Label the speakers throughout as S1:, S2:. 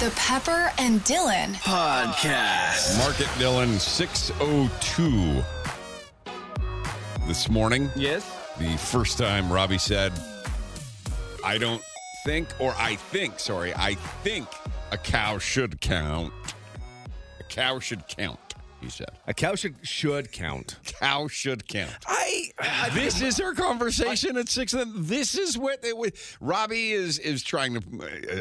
S1: The Pepper and Dylan
S2: Podcast.
S3: Market Dylan 602 this morning.
S2: Yes.
S3: The first time Robbie said, I don't think, or I think, sorry, I think a cow should count. A cow should count, he said.
S2: A cow should should count.
S3: Cow should count.
S2: I,
S3: This is our conversation at six. and This is what they, we, Robbie is is trying to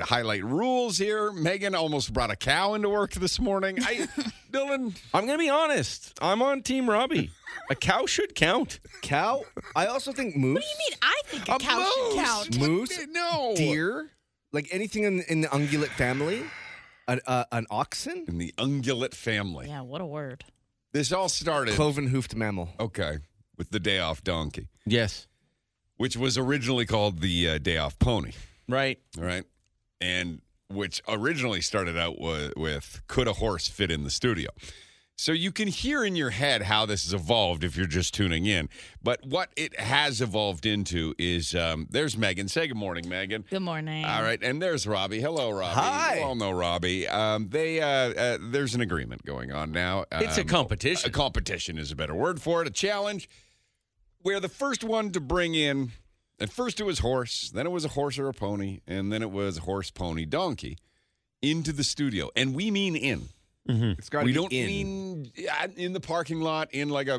S3: uh, highlight rules here. Megan almost brought a cow into work this morning. I, Dylan,
S4: I'm gonna be honest. I'm on Team Robbie. A cow should count.
S2: cow. I also think moose.
S5: I think a,
S3: A
S5: cow should
S3: moose.
S5: count.
S2: Moose,
S3: no
S2: deer, like anything in, in the ungulate family, an, uh, an oxen,
S3: in the ungulate family.
S5: Yeah, what a word.
S3: This all started
S2: cloven-hoofed mammal.
S3: okay with the day off donkey,
S4: Yes.
S3: which was originally called the uh, day off pony.
S4: Right.
S3: All right, and which originally started out wa- with could a horse fit in the studio? So you can hear in your head how this has evolved if you're just tuning in. But what it has evolved into is um, there's Megan. Say good morning, Megan.
S5: Good morning.
S3: All right, and there's Robbie. Hello, Robbie.
S2: Hi.
S3: You all know Robbie. Um, they uh, uh, there's an agreement going on now.
S4: It's a
S3: Um,
S4: competition.
S3: A competition is a better word for it. A challenge where the first one to bring in, at first it was horse, then it was a horse or a pony, and then it was horse, pony, donkey, into the studio, and we mean in.
S4: Hmm.
S2: It's got
S3: we don't
S2: in.
S3: mean uh, in the parking lot, in like a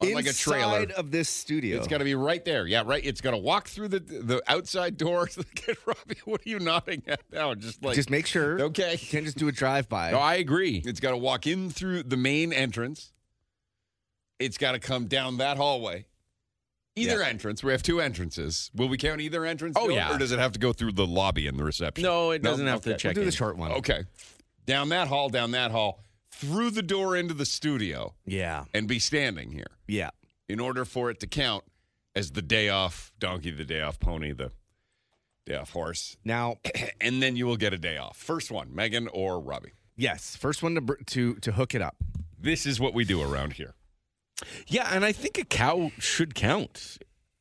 S3: on like a trailer.
S2: Inside of this studio.
S3: It's got to be right there. Yeah, right. It's got to walk through the the outside door. Look at Robbie. What are you nodding at now? Just like
S2: just make sure.
S3: Okay.
S2: You can't just do a drive-by.
S4: No, I agree.
S3: it's got to walk in through the main entrance. It's got to come down that hallway. Either entrance. We have two entrances. Will we count either entrance?
S4: Oh,
S3: Bill,
S4: yeah.
S3: Or does it have to go through the lobby and the reception?
S4: No, it doesn't have to
S3: Okay.
S4: check.
S2: we'll do
S4: in.
S2: the short one.
S3: Okay. Down that hall. Down that hall. Through the door into the studio
S2: Yeah.
S3: and be standing here.
S2: Yeah.
S3: in order for it to count as the day off donkey, the day off pony, the day off horse,
S2: Now,
S3: and then you will get a day off. First one, Megan or Robbie.
S2: yes, first one to br- to to hook it up.
S3: This is what we do around here.
S4: Yeah, and I think a cow should count.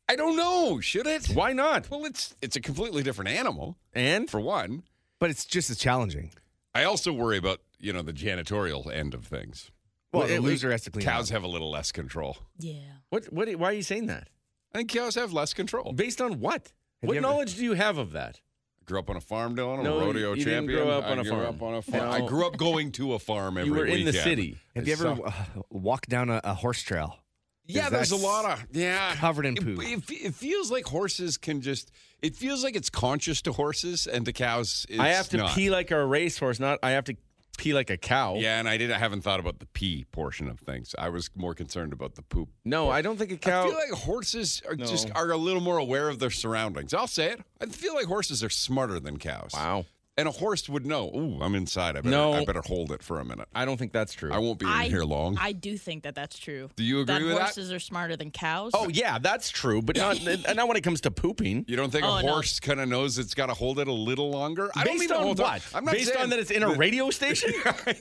S3: I don't know. Should it?
S4: Why not?
S3: Well, it's it's a completely different animal
S4: And
S3: for one.
S2: But it's just as challenging.
S3: I also worry about you know the janitorial end of things.
S2: Well,
S4: Well,
S2: the
S4: at least
S2: loser has to clean
S3: Cows
S2: up.
S3: have a little less control.
S5: Yeah.
S4: what? What? Why are you saying that?
S3: I think cows have less control.
S4: Based on what?
S2: Have
S4: what
S2: you ever-
S4: knowledge do you have of that?
S3: Grew up on a farm, Dylan. I'm
S4: No,
S3: a rodeo
S4: you
S3: champion.
S4: didn't grow up
S3: I
S4: on a
S3: grew
S4: farm.
S3: up on a farm.
S4: No.
S3: I grew up going to a farm every
S4: you were in the
S3: weekend.
S4: city.
S2: Have you
S3: I
S2: ever
S3: saw-
S2: uh, walked down a, a horse trail?
S3: Yeah, there's a
S2: that's
S3: lot of yeah
S2: covered in
S3: It-
S2: poo.
S3: It, it feels like horses can just. It feels like it's conscious to horses and to cows. It's
S4: I have to
S3: not.
S4: pee like a racehorse. Not I have to pee like a cow.
S3: Yeah, and I did. I haven't thought about the pee portion of things. I was more concerned about the poop.
S4: No, I don't think a
S3: I
S4: cow.
S3: feel like horses are just
S4: No.
S3: are a little more aware of their surroundings. I'll say it. I feel like horses are smarter than cows.
S4: wow.
S3: And a horse would know. Ooh, I'm inside. I better.
S4: No.
S3: I better hold it for a minute.
S4: I don't think that's true.
S3: I won't be in
S5: I,
S3: here long.
S5: I do think that that's true.
S3: Do you agree
S5: that
S3: with that?
S5: horses are smarter than cows?
S4: oh yeah, that's true, but not not when it comes to pooping.
S3: You don't think
S5: Oh,
S3: a
S5: no.
S3: horse kind of knows it's got to hold it a little longer? I don't mean
S4: Based
S3: the
S4: on
S3: whole time.
S4: what?
S3: I'm not
S4: Based
S3: saying-
S4: on that it's in a radio station.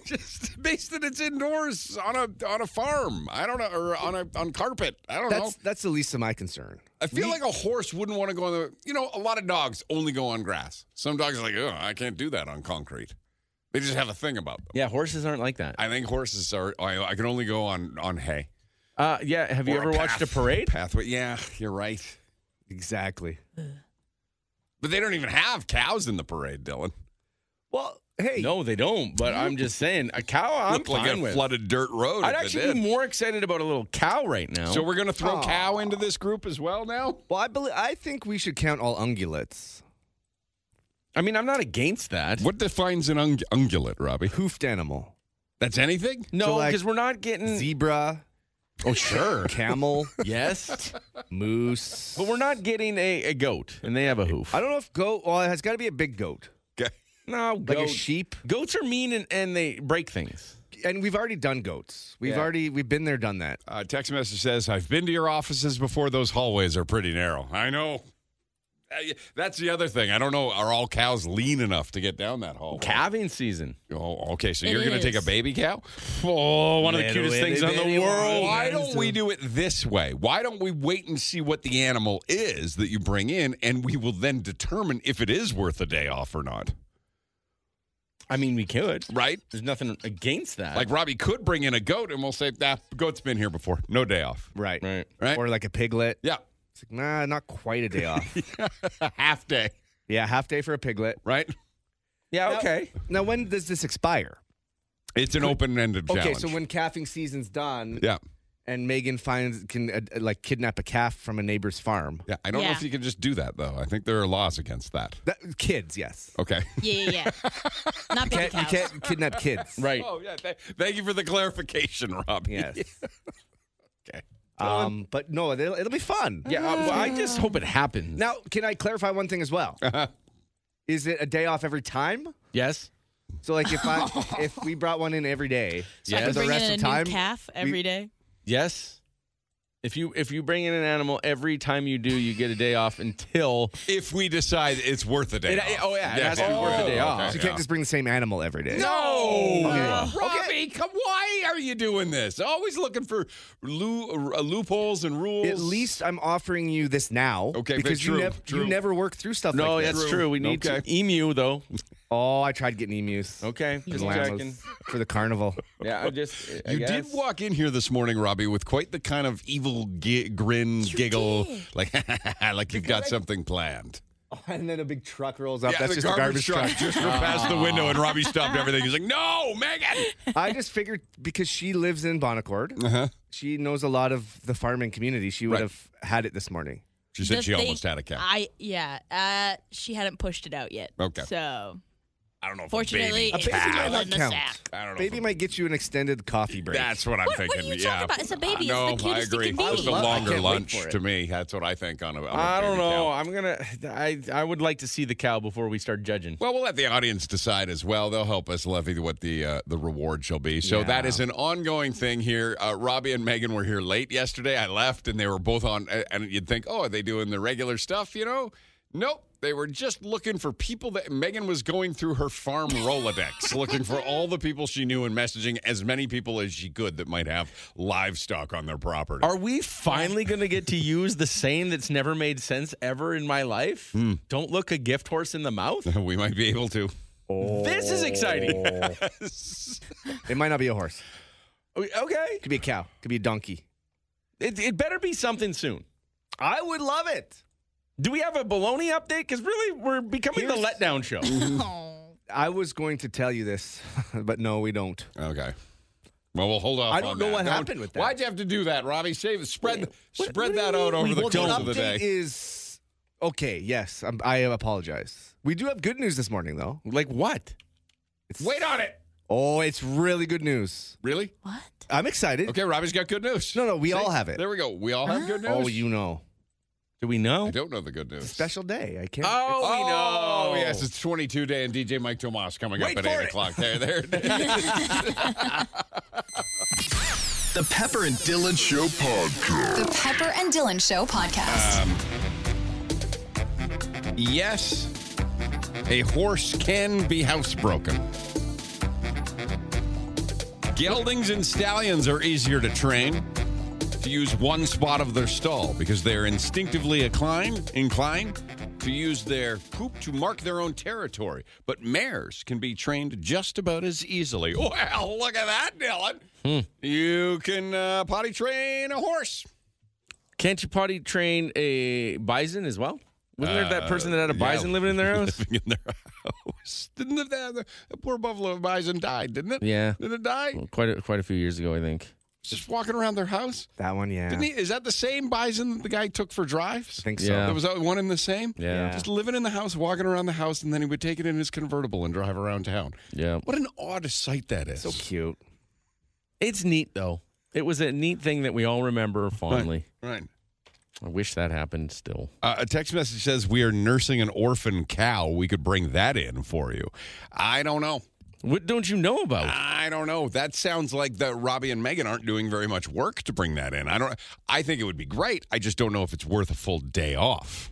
S3: just based that it's indoors on a on a farm. I don't know, or on a on carpet. I don't
S2: That's
S3: know.
S2: that's the least of my concern.
S3: I feel like a horse wouldn't want to go on the. You know, a lot of dogs only go on grass. Some dogs are like, oh, I can't do that on concrete. They just have a thing about them.
S4: Yeah, horses aren't like that.
S3: I think horses are. I, I can only go on on hay.
S4: Uh, yeah. Have you
S3: Or
S4: ever watched a
S3: path-
S4: parade?
S3: Pathway. Yeah, you're right.
S2: Exactly.
S3: But they don't even have cows in the parade, Dylan.
S2: Well, hey,
S4: No, they don't. But I'm just saying, a cow. I'm
S3: Look like
S4: fine
S3: a
S4: with.
S3: flooded dirt road.
S4: I'd
S3: if they
S4: actually
S3: did.
S4: be more excited about a little cow right now.
S3: So we're gonna throw
S2: Aw.
S3: cow into this group as well now.
S2: Well, I believe I think we should count all ungulates,
S4: I mean, I'm not against that.
S3: What defines an ung- ungulate, Robbie?
S2: hoofed animal,
S3: That's anything?
S4: No,
S2: So, like,
S4: because we're not
S3: Mm.
S4: getting.
S2: zebra,
S4: oh, sure.
S2: camel,
S4: yes,
S2: moose.
S4: but we're not getting a, a goat, and they have a hoof.
S2: I don't know if goat. Well, it has got to be a big goat,
S4: no,
S2: like a
S4: goat-
S2: sheep.
S4: Goats are mean and, and they break things.
S2: And we've already done goats. We've
S4: Yeah.
S2: already we've been there, done that.
S3: Uh, text message says, I've been to your offices before. Those hallways are pretty narrow. I know. Uh, yeah, That's the other thing. I don't know. Are all cows lean enough to get down that hallway?
S4: Calving season.
S3: Oh, okay. So
S5: It
S3: you're going to take a
S5: is.
S3: baby cow? Oh, one
S4: Little itty bitty one.
S3: Why don't we do it this way? Why don't we wait and see what the animal is that you bring in, and we will then determine if it is worth a day off or not?
S4: I mean, we could.
S3: right?
S4: There's nothing against that.
S3: Like Robbie could bring in a goat, and we'll say that goat's been here before. No day off.
S2: Right.
S4: Right.
S3: Right.
S2: Or like a piglet.
S3: Yeah,
S2: It's like, nah, not quite a day off.
S3: a half day.
S2: yeah, half day for a piglet.
S3: Right.
S4: yeah, okay.
S2: Now, when does this expire?
S3: It's an open-ended
S2: Okay,
S3: challenge.
S2: so when calving season's done
S3: yeah,
S2: and Megan finds can uh, uh, like kidnap a calf from a neighbor's farm.
S3: yeah. I don't know
S5: Yeah.
S3: if you can just do that though. I think there are laws against that.
S2: That, kids, yes.
S3: Okay.
S5: Yeah, yeah, yeah. Not baby
S2: Can't, you
S5: cows.
S2: can't kidnap kids.
S4: Right.
S3: Oh yeah. Th- thank you for the clarification, Robbie.
S2: Yes.
S3: Okay.
S2: Um, but no, it'll, it'll be fun.
S4: Yeah,
S5: Uh-huh.
S4: uh, well, I just hope it happens.
S2: Now, can I clarify one thing as well?
S4: Uh-huh.
S2: Is it a day off every time?
S4: yes.
S2: So, like, if I if we brought one in every day,
S5: So I
S4: Yeah,
S5: can
S2: for the
S5: bring
S2: rest
S5: in a
S2: of time,
S5: new calf every day.
S4: Yes. If you if you bring in an animal every time you do, you get a day off until
S3: If we decide it's worth a day.
S4: It-
S3: off.
S4: it- oh, yeah, it has to be worth a day off. Uh,
S2: so you can't just bring the same animal every day.
S3: No,
S5: Yeah.
S3: Robbie, oh, come, why are you doing this? Always looking for loo- uh, loopholes and rules.
S2: At least I'm offering you this now.
S3: Okay, but
S2: because you,
S3: true,
S2: nev-
S3: true.
S2: you never work through stuff
S4: No,
S2: like
S4: that's
S2: this.
S4: true. We need to
S3: Okay.
S4: emu though.
S2: Oh, I tried getting emus.
S4: Okay.
S2: and
S4: Just
S2: llamas
S4: checking.
S2: for the carnival.
S4: Yeah, I just I
S3: You
S4: guess.
S3: did walk in here this morning, Robbie, with quite the kind of evil gi- grin, giggle, like like you've got something planned.
S2: Oh, and then a big truck rolls up. that's just a garbage truck.
S3: just ran past the window, and Robbie stopped everything. He's like, "No, Megan."
S2: I just figured because she lives in Bonaccord,
S3: Uh-huh.
S2: she knows a lot of the farming community. She would
S3: Right.
S2: have had it this morning.
S3: She said
S5: The
S3: she
S5: thing-
S3: almost had a cow.
S5: I yeah. Uh, she hadn't pushed it out yet.
S3: Okay.
S5: So
S3: I don't know. If
S5: fortunately,
S3: a
S5: it's
S2: baby
S3: baby cow.
S2: might
S5: still
S2: not
S5: in the
S2: count.
S5: sack.
S3: I don't know. if
S2: Baby
S3: a-
S2: might get you an extended coffee break.
S3: That's what I'm
S5: What- what are
S3: thinking.
S5: you
S3: yeah.
S5: talking about? It's a baby. It's
S3: No,
S5: the cutest
S3: I agree.
S5: freaking
S3: It's a
S5: baby.
S2: I can't
S3: longer
S2: wait
S3: lunch
S2: for it.
S3: to me. That's what I think on a. On a
S4: I don't
S3: baby
S4: know.
S3: cow.
S4: I'm gonna. I I would like to see the cow before we start judging.
S3: Well, we'll let the audience decide as well. They'll help us levy what the uh, the reward shall be. So that is an ongoing thing here. Uh, Robbie and Megan were here late yesterday. I left, and they were both on. a- And you'd think, oh, are they doing the regular stuff? You know, nope. They were just looking for people that Megan was going through her farm Rolodex, looking for all the people she knew and messaging as many people as she could that might have livestock on their property.
S4: Are we finally going to get to use the saying that's never made sense ever in my life? Don't look a gift horse in the mouth.
S3: we might be able to.
S4: This is exciting.
S2: It might not be a horse.
S4: Oh. Okay.
S2: Could be a cow. Could be a donkey.
S4: It, it better be something soon.
S2: I would love it.
S4: Do we have a baloney update? Because really, we're becoming the
S2: Here's-
S4: letdown show.
S2: I was going to tell you this, but no, we don't.
S3: Okay. Well, we'll hold off.
S2: I don't
S3: on
S2: know
S3: that.
S2: what happened with that.
S3: Why'd you have to do that, Robbie? Save spread spread
S4: what do
S3: that
S4: you
S3: out
S4: mean?
S3: over the
S4: Well,
S3: course
S2: the
S3: of the
S2: update
S3: day.
S2: is okay. Yes, I'm, I apologize. We do have good news this morning, though.
S4: like what?
S2: It's,
S3: Wait on it.
S2: Oh, it's really good news.
S3: Really?
S5: What?
S2: I'm excited.
S3: Okay, Robbie's got good news.
S2: No, no, we all have it.
S3: There we go. We all have good news.
S2: Oh, you know,
S4: Do we
S3: I
S4: know?
S3: don't know the good news.
S2: special day. I can't.
S4: Oh, we
S3: Oh,
S4: know.
S3: yes, it's 22 day and DJ Mike Tomas coming
S4: Wait
S3: up at
S4: for
S3: 8
S4: it.
S3: o'clock. There, there. it is.
S6: The Pepper and Dylan Show podcast.
S1: The Pepper and Dylan Show podcast.
S3: yes, a horse can be housebroken. Geldings and stallions are easier to train to use one spot of their stall because they are instinctively inclined, inclined to use their poop to mark their own territory. But mares can be trained just about as easily. Well, look at that, Dylan. You can uh, potty train a horse.
S4: Can't you potty train a bison as well? Wasn't there that person that had a
S3: yeah.
S4: bison living in their house?
S3: living in their house. Didn't it- the, the poor buffalo bison died, didn't it?
S4: Yeah.
S3: Did it die?
S4: quite a, quite a few years ago, I think.
S3: Just walking around their house?
S2: that one, yeah.
S3: Didn't he? Is that the same bison that the guy took for drives?
S2: I think so.
S4: Yeah.
S3: That was that one and the same?
S4: Yeah.
S3: Just living in the house, walking around the house, and then he would take it in his convertible and drive around town.
S4: Yeah.
S3: What an odd sight that is.
S2: So cute.
S4: It's neat though. It was a neat thing that we all remember fondly.
S3: Right.
S4: I wish that happened still.
S3: Uh, a text message says, We are nursing an orphan cow. We could bring that in for you. I don't know.
S4: What don't you know about?
S3: I don't know. That sounds like that Robbie and Megan aren't doing very much work to bring that in. I don't. I think it would be great. I just don't know if it's worth a full day off.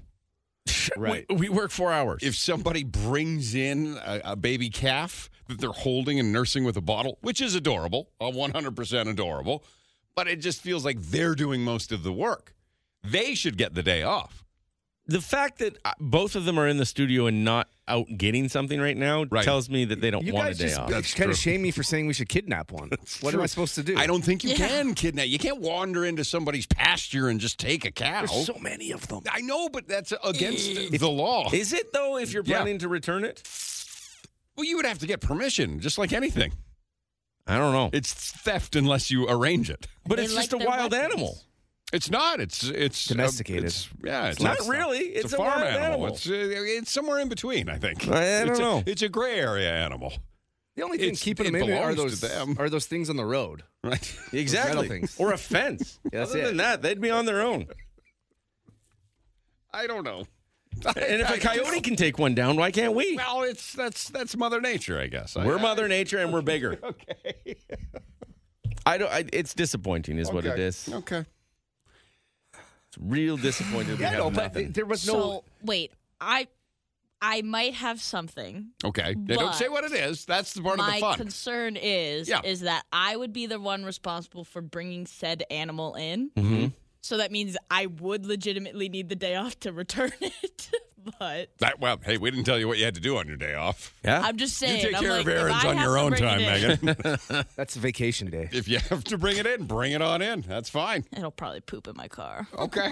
S2: Right.
S4: We, we work four hours.
S3: If somebody brings in a, a baby calf that they're holding and nursing with a bottle, which is adorable, uh, 100% adorable, but it just feels like they're doing most of the work. They should get the day off.
S4: the fact that uh, both of them are in the studio and not out getting something right now
S3: Right.
S4: tells me that they don't
S2: You
S4: want a
S2: guys
S4: day
S2: just
S4: off.
S3: That's
S2: kind
S3: true.
S2: of shame me for saying we should kidnap one. what am I supposed to do?
S3: I don't think you
S5: Yeah.
S3: can kidnap. You can't wander into somebody's pasture and just take a cow.
S2: There's so many of them.
S3: I know, but that's against the law.
S4: Is it though? If you're
S3: Yeah.
S4: planning to return it,
S3: Well, you would have to get permission, just like anything.
S4: I don't know.
S3: It's theft unless you arrange it.
S4: but
S5: They
S4: it's
S5: like
S4: just a
S5: their
S4: wild
S5: weapons.
S4: animal.
S3: It's not. It's it's uh,
S2: Domesticated.
S3: it's- yeah, it's
S4: Not
S3: not.
S4: really. It's,
S3: It's, a, farm
S4: wild
S3: animal.
S4: animal.
S3: It's uh, it's somewhere in between. I think.
S4: I- I
S3: it's
S4: don't
S3: a,
S4: know.
S3: It's a gray area animal,
S2: The only thing
S3: It's-
S2: keeping
S3: it
S2: them in it are
S3: belongs
S2: those
S3: to them.
S2: are those things on the road.
S3: right?
S2: metal
S4: exactly.
S2: things.
S4: Or a fence.
S2: Yeah, that's
S4: Other
S2: it.
S4: than that, they'd be on their own.
S3: I don't know.
S4: And if a coyote can take one down, why can't we?
S3: Well, it's that's that's Mother Nature, I guess. I-
S4: We're
S3: I-
S4: Mother Nature and we're bigger. Okay. I don't. I, it's disappointing, is what it is.
S3: Okay.
S4: It's real disappointing. we have nothing.
S2: there was no.
S5: So wait, I I might have something.
S3: Okay. Now, don't
S5: But
S3: say what it is. That's the part of the
S5: My
S3: fun.
S5: concern is
S3: Yeah.
S5: is that I would be the one responsible for bringing said animal in.
S3: Mm-hmm.
S5: So that means I would legitimately need the day off to return it. but
S3: that well, hey, we didn't tell you what you had to do on your day off.
S4: yeah.
S5: I'm just saying.
S3: you take
S5: I'm
S3: care
S5: like,
S3: of
S5: if
S3: errands
S5: I
S3: on
S5: have
S3: your
S5: to
S3: own
S5: bring it
S3: time,
S5: in-
S3: Megan.
S2: That's vacation day.
S3: if you have to bring it in, bring it on in. That's fine.
S5: It'll probably poop in my car.
S3: Okay.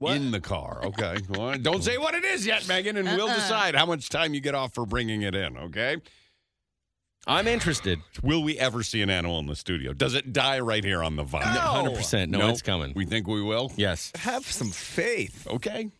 S3: In the car. Okay. Well, don't say what it is yet, Megan, and we'll decide how much time you get off for bringing it in, okay?
S4: I'm interested.
S3: Will we ever see an animal in the studio? Does it die right here on the vine?
S4: No. 100%. No, it's coming.
S3: We think we will?
S4: Yes.
S2: Have some faith.
S3: Okay.
S2: We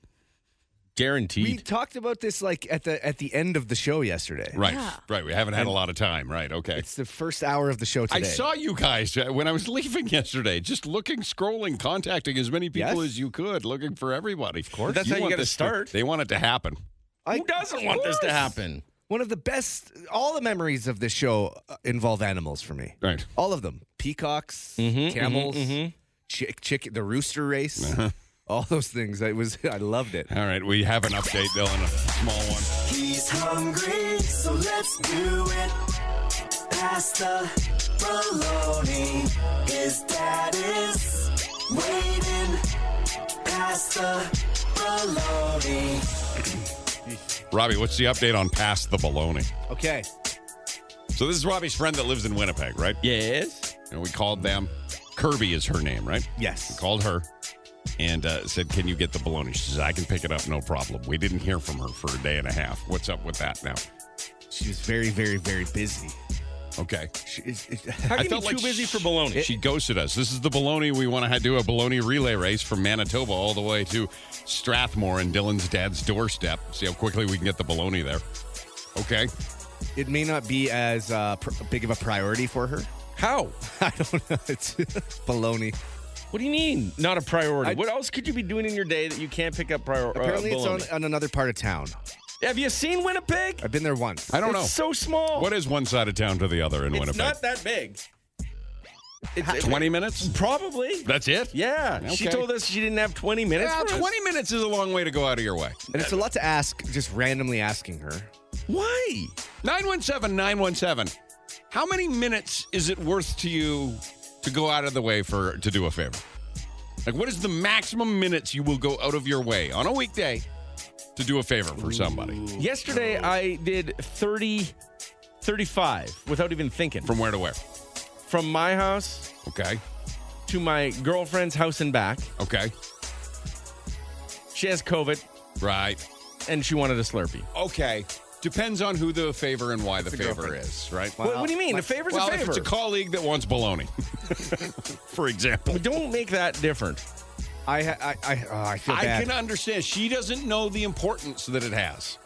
S4: Guaranteed.
S2: talked about this like at the at the end of the show yesterday.
S3: Right.
S5: Yeah.
S3: Right. We haven't had a lot of time. Right. Okay.
S2: It's the first hour of the show
S3: I
S2: today.
S3: saw you guys uh, when I was leaving yesterday, just looking, scrolling, contacting as many people
S2: Yes.
S3: as you could, looking for everybody. Of
S4: course. That's how you gotta start.
S3: they want it to happen.
S2: I-
S4: Who doesn't want this to happen?
S2: One of the best. All the memories of this show uh, involve animals for me.
S3: Right.
S2: All of them: peacocks,
S3: Mm-hmm,
S2: camels, chick, chick, the rooster race,
S3: Uh-huh.
S2: all those things. I was, I loved it.
S3: All right. We have an update, Dylan, a small one.
S7: He's hungry, so let's do it. Pasta, bologna, his dad is waiting. Pasta, bologna.
S3: Robbie, what's the update on Past the Baloney?
S2: Okay,
S3: So this is Robbie's friend that lives in Winnipeg, right?
S4: Yes.
S3: And we called them. Kirby is her name, right?
S2: yes.
S3: Called her and uh, said, "Can you get the bologna?" She says, "I can pick it up, no problem." We didn't hear from her for a day and a half. What's up with that now?
S2: She was very, very, very busy.
S3: Okay.
S2: She, is, is,
S4: How
S3: I
S4: can you
S3: felt
S4: be
S3: like
S4: too busy
S3: sh-
S4: for baloney?
S3: She ghosted us. This is the baloney we want to do a baloney relay race from Manitoba all the way to Strathmore and Dylan's dad's doorstep. See how quickly we can get the baloney there. Okay.
S2: it may not be as uh, pr- big of a priority for her.
S4: How?
S2: I don't know. It's baloney.
S3: Uh,
S4: What do you mean? Not a priority.
S2: I-
S4: what else could you be doing in your day that you can't pick up priority?
S2: Apparently, it's on, on another part of town.
S4: Have you seen Winnipeg?
S2: I've been there once.
S3: I don't
S4: it's
S3: know.
S4: so small.
S3: what is one side of town to the other in
S4: it's
S3: Winnipeg?
S4: not that big. It's, it-
S3: 20 minutes?
S4: Probably.
S3: That's it?
S4: yeah. She
S3: Okay.
S4: told us she didn't have 20 minutes.
S3: Yeah,
S4: for us.
S3: 20 minutes is a long way to go out of your way.
S2: and it's a lot to ask. Just randomly asking her.
S4: Why?
S3: 917 917. How many minutes is it worth to you to go out of the way for to do a favor? Like what is the maximum minutes you will go out of your way on a weekday to do a favor for somebody?
S4: Yesterday, I did 30, 35 without even thinking. From,
S3: From where to where?
S4: from my house
S3: Okay.
S4: to my girlfriend's house and back.
S3: Okay.
S4: She has COVID
S3: Right.
S4: and she wanted a Slurpee.
S3: Okay. Depends on who the favor and why the favor is, right?
S4: What, what do you mean? a favor's
S3: well,
S4: a favor.
S3: if it's a colleague that wants baloney, for example.
S4: Don't make that different.
S2: I ha- I I, oh, I feel
S3: I
S2: bad.
S3: can understand. She doesn't know the importance that it has.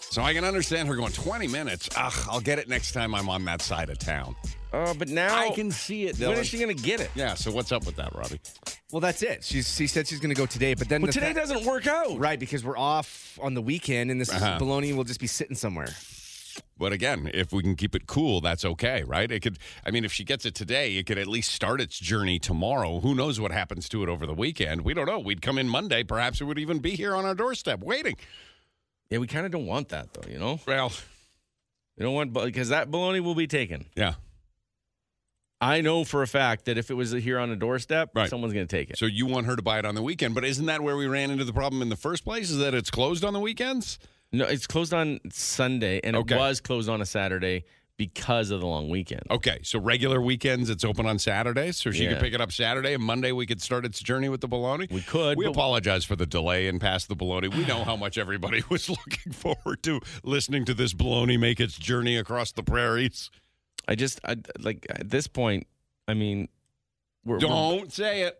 S3: So I can understand her going 20 minutes. Ugh, I'll get it next time I'm on that side of town.
S4: Uh, but now
S3: I can see it,
S4: When
S3: Dylan.
S4: is she going to get it?
S3: yeah, so what's up with that, Robbie?
S2: well, that's it. She's, she said she's going to go today, but then
S4: Well,
S2: the
S4: today
S2: fa-
S4: doesn't work out.
S2: right because we're off on the weekend, and this
S3: Uh-huh.
S2: baloney will just be sitting somewhere.
S3: But again, if we can keep it cool, that's okay, right? It could I mean, if she gets it today, it could at least start its journey tomorrow. Who knows what happens to it over the weekend? We don't know. We'd come in Monday, perhaps it would even be here on our doorstep waiting.
S4: Yeah, we kind of don't want that though. You know,
S3: Well,
S4: we don't want because that baloney will be taken.
S3: yeah.
S4: I know for a fact that if it was here on a doorstep,
S3: Right.
S4: someone's going to take it.
S3: So you want her to buy it on the weekend, but isn't that where we ran into the problem in the first place? Is that it's closed on the weekends?
S4: No, it's closed on Sunday, and
S3: Okay.
S4: it was closed on a Saturday because of the long weekend.
S3: Okay, so regular weekends it's open on Saturdays, so she could
S4: Yeah.
S3: pick it up Saturday and Monday we could start its journey with the bologna.
S4: We could,
S3: We
S4: but-
S3: apologize for the delay and pass the bologna. We know how much everybody was looking forward to listening to this bologna make its journey across the prairies.
S4: I just I, like at this point. I mean, we're, we're-
S3: Don't say it.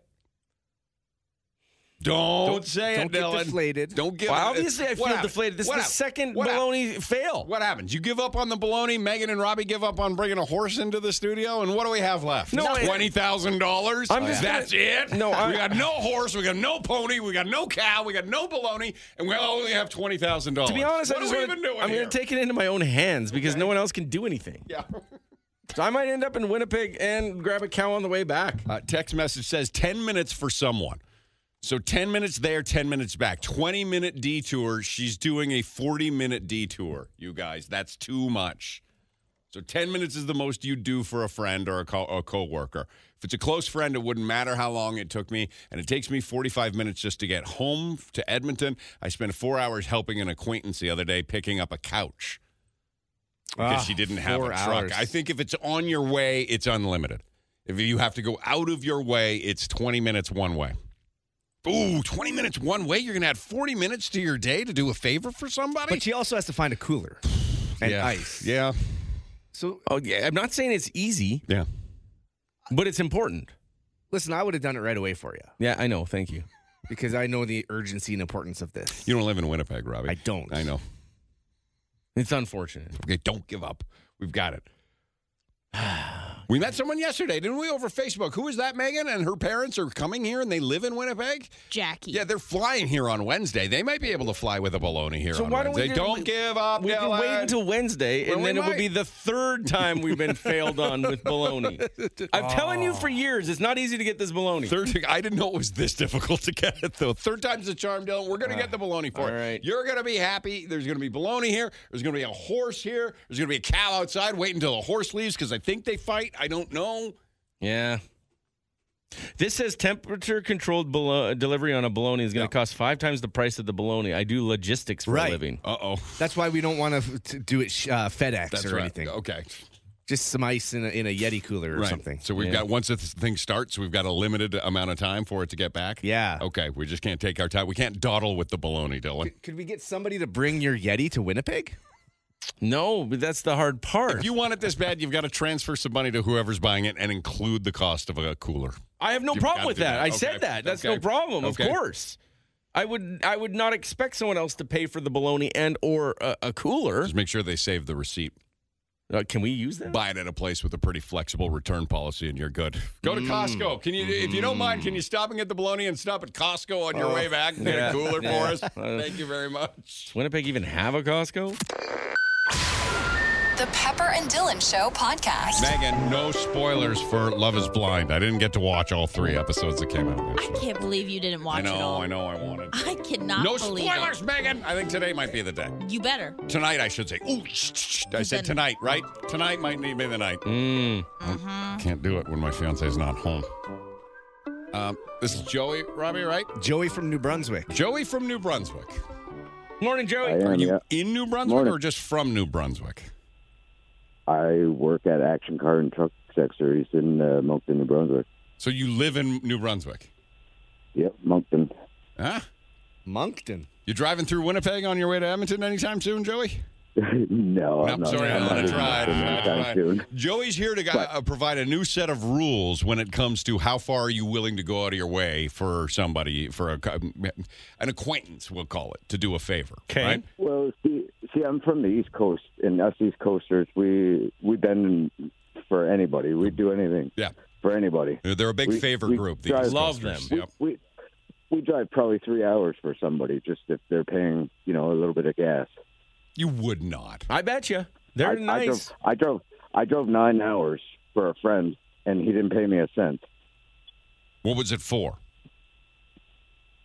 S3: Don't, say
S2: don't
S3: it,
S2: get
S3: Dylan.
S2: deflated.
S3: Don't get.
S4: well, obviously, I
S3: What
S4: feel
S3: happened?
S4: deflated. This
S3: What
S4: is the
S3: happened?
S4: second
S3: What happened?
S4: baloney fail.
S3: What happens? You give up on the baloney. Megan and Robbie give up on bringing a horse into the studio, and what do we have left?
S4: No, I-
S3: twenty thousand dollars.
S4: I'm just
S3: That's
S4: gonna-
S3: it.
S4: No, I-
S3: we got no horse. We got no pony. We got no cow. We got no baloney, and we only have twenty thousand dollars.
S4: To be honest,
S3: what
S4: I just
S3: are we
S4: wanna-
S3: even doing
S4: I'm
S3: here?
S4: going to take it into my own hands because no one else can do anything.
S3: Yeah.
S4: So I might end up in Winnipeg and grab a cow on the way back.
S3: Uh, text message says 10 minutes for someone. So 10 minutes there, 10 minutes back. 20 minute detour. She's doing a 40 minute detour, you guys. That's too much. So 10 minutes is the most you do for a friend or a, co- a coworker. If it's a close friend, it wouldn't matter how long it took me. And it takes me 45 minutes just to get home to Edmonton. I spent four hours helping an acquaintance the other day picking up a couch because
S2: Ah,
S3: she didn't have a
S2: four
S3: truck.
S2: hours.
S3: I think if it's on your way, it's unlimited. If you have to go out of your way, it's 20 minutes one way. Ooh, 20 minutes one way? You're going to add 40 minutes to your day to do a favor for somebody?
S2: But she also has to find a cooler and
S3: yeah.
S2: ice.
S3: Yeah.
S2: So
S4: Oh, yeah. I'm not saying it's easy,
S3: Yeah.
S4: but it's important.
S2: listen, I would have done it right away for you
S4: Yeah, I know. Thank you.
S2: because I know the urgency and importance of this.
S3: You don't live in Winnipeg, Robbie.
S2: I don't.
S3: I know.
S4: It's unfortunate.
S3: Okay, don't give up. We've got it. We met someone yesterday, didn't we, over Facebook? Who is that, Megan? And her parents are coming here and they live in Winnipeg?
S5: Jackie.
S3: Yeah, they're flying here on Wednesday. They might be able to fly with a baloney here
S4: So
S3: on
S4: why don't we
S3: Wednesday.
S4: do-
S3: Don't,
S4: we-
S3: give up.
S4: We can
S3: Dylan.
S4: wait until Wednesday,
S3: Well,
S4: and
S3: we
S4: then it
S3: might.
S4: will be the third time we've been failed on with baloney. I'm telling
S3: Oh.
S4: you for years, it's not easy to get this baloney.
S3: Third, I didn't know it was this difficult to get it though. Third time's the charm, Dylan.
S2: Ah,
S3: We're gonna get the baloney for
S4: all
S3: it.
S4: right.
S3: You're gonna be happy. There's gonna be baloney here. There's gonna be a horse here. There's gonna be a cow outside. Wait until the horse leaves because I think they fight. I don't know.
S4: Yeah. This says temperature controlled balo- delivery on a bologna is going to cost five times the price of the bologna. I do logistics for
S2: Right.
S4: a living.
S3: Uh oh.
S2: That's why we don't want to do it sh- uh, FedEx
S3: That's
S2: or
S3: right.
S2: anything.
S3: Okay.
S2: Just some ice in a, in a Yeti cooler or
S3: right.
S2: something.
S3: So we've got once this thing starts, we've got a limited amount of time for it to get back.
S2: Yeah.
S3: Okay. We Oh. just can't take our time. We can't dawdle with the baloney, Dylan.
S2: Could we get somebody to bring your Yeti to Winnipeg?
S4: No, but that's the hard part.
S3: If you want it this bad, you've got to transfer some money to whoever's buying it and include the cost of a cooler.
S4: I have no
S3: You've
S4: problem
S3: gotta
S4: with
S3: do
S4: that.
S3: that.
S4: I
S3: Okay.
S4: said that. That's
S3: Okay.
S4: no problem.
S3: Okay.
S4: Of course. I would I would not expect someone else to pay for the bologna and or a, a cooler.
S3: Just make sure they save the receipt.
S4: Uh, can we use that?
S3: buy it at a place with a pretty flexible return policy and you're good. Go to Costco. Can you, if you don't mind, can you stop and get the bologna and stop at Costco on your way back and get a
S4: Oh. yeah,
S3: cooler
S4: yeah.
S3: for us? Thank you very much.
S4: Does Winnipeg even have a Costco?
S1: The Pepper and Dylan Show podcast.
S3: Megan, no spoilers for Love is Blind. I didn't get to watch all three episodes that came out.
S5: I
S3: Actually.
S5: can't believe you didn't
S3: I
S5: watch it
S3: know,
S5: all.
S3: I know, I wanted. to.
S5: I cannot
S3: no
S5: believe
S3: spoilers, Megan. I think today might be the day.
S5: it. You better.
S3: Tonight, I should say. Ooh, shh, shh, shh. I said
S5: Then-
S3: tonight, right? Tonight might need me the night.
S4: Mm.
S5: Mm-hmm.
S3: Can't do it when my fiance's not home. Um, this is Joey, Robbie, right?
S2: Joey from New Brunswick.
S3: Joey from New Brunswick.
S4: Morning, Joey.
S8: I am, yeah.
S3: in New Brunswick
S8: Morning.
S3: or just from New Brunswick?
S8: I work at Action Car and Truck Accessories in uh, Moncton, New Brunswick.
S3: So you live in New Brunswick?
S8: Yep, Moncton.
S3: Huh?
S2: Moncton.
S3: You driving through Winnipeg on your way to Edmonton anytime soon, Joey?
S8: no, I'm
S3: Nope,
S8: not.
S3: sorry,
S8: I'm
S3: I
S8: not
S3: wanna
S8: in
S3: try.
S8: Moncton
S3: I
S8: anytime
S3: tried.
S8: soon.
S3: Joey's here to uh, provide a new set of rules when it comes to how far are you willing to go out of your way for somebody, for a, co- an acquaintance, we'll call it, to do a favor.
S4: Okay.
S3: Right?
S8: Well, see, see, I'm from the East Coast, and us East Coasters, we we bend for anybody. We do anything
S3: Yeah.
S8: for anybody.
S3: They're a big
S8: We-
S3: favor
S8: we
S3: group.
S8: drive-
S3: East
S4: Love
S3: Coasters.
S4: them.
S3: Yep.
S8: We we drive probably three hours for somebody just if they're paying, you know, a little bit of gas.
S3: You would not.
S4: I bet you they're
S8: I, I
S4: nice.
S8: drove, I drove I drove nine hours for a friend, and he didn't pay me a cent.
S3: What was it for?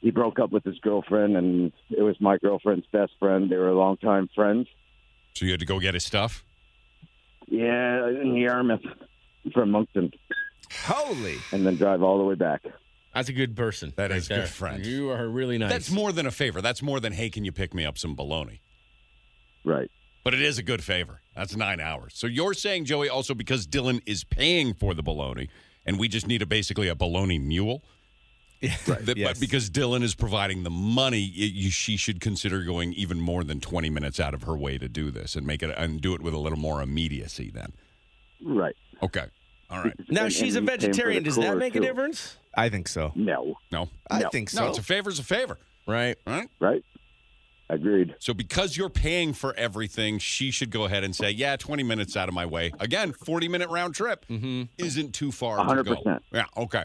S8: he broke up with his girlfriend, and it was my girlfriend's best friend. They were longtime friends.
S3: So you had to go get his stuff?
S8: Yeah, in Yarmouth. from Moncton
S2: Holy.
S8: and then drive all the way back.
S4: That's a good person.
S3: That is good
S4: friend.
S3: friends.
S4: You are really nice.
S3: That's more than a favor. That's more than, hey, can you pick me up some bologna?
S8: Right.
S3: But it is a good favor. That's nine hours. So you're saying, Joey, also because Dylan is paying for the bologna, and we just need a basically a bologna mule. That-
S2: yes.
S3: But because Dylan is providing the money, y you, she should consider going even more than twenty minutes out of her way to do this and make it and do it with a little more immediacy. Then,
S8: Right.
S3: okay, all right.
S4: now
S8: And-
S4: she's a
S8: and he came for the
S4: vegetarian. Does that
S8: cooler,
S4: make a
S8: too.
S4: difference?
S2: I think so.
S8: No.
S3: No,
S2: I
S8: No.
S2: think so.
S3: no, it's a favor's a favor,
S4: Right.
S3: right?
S8: Right. Agreed.
S3: So because you're paying for everything, she should go ahead and say, "Yeah, 20 minutes out of my way." Again, 40 minute round trip isn't too far to go.
S8: 100%.
S3: Yeah, okay.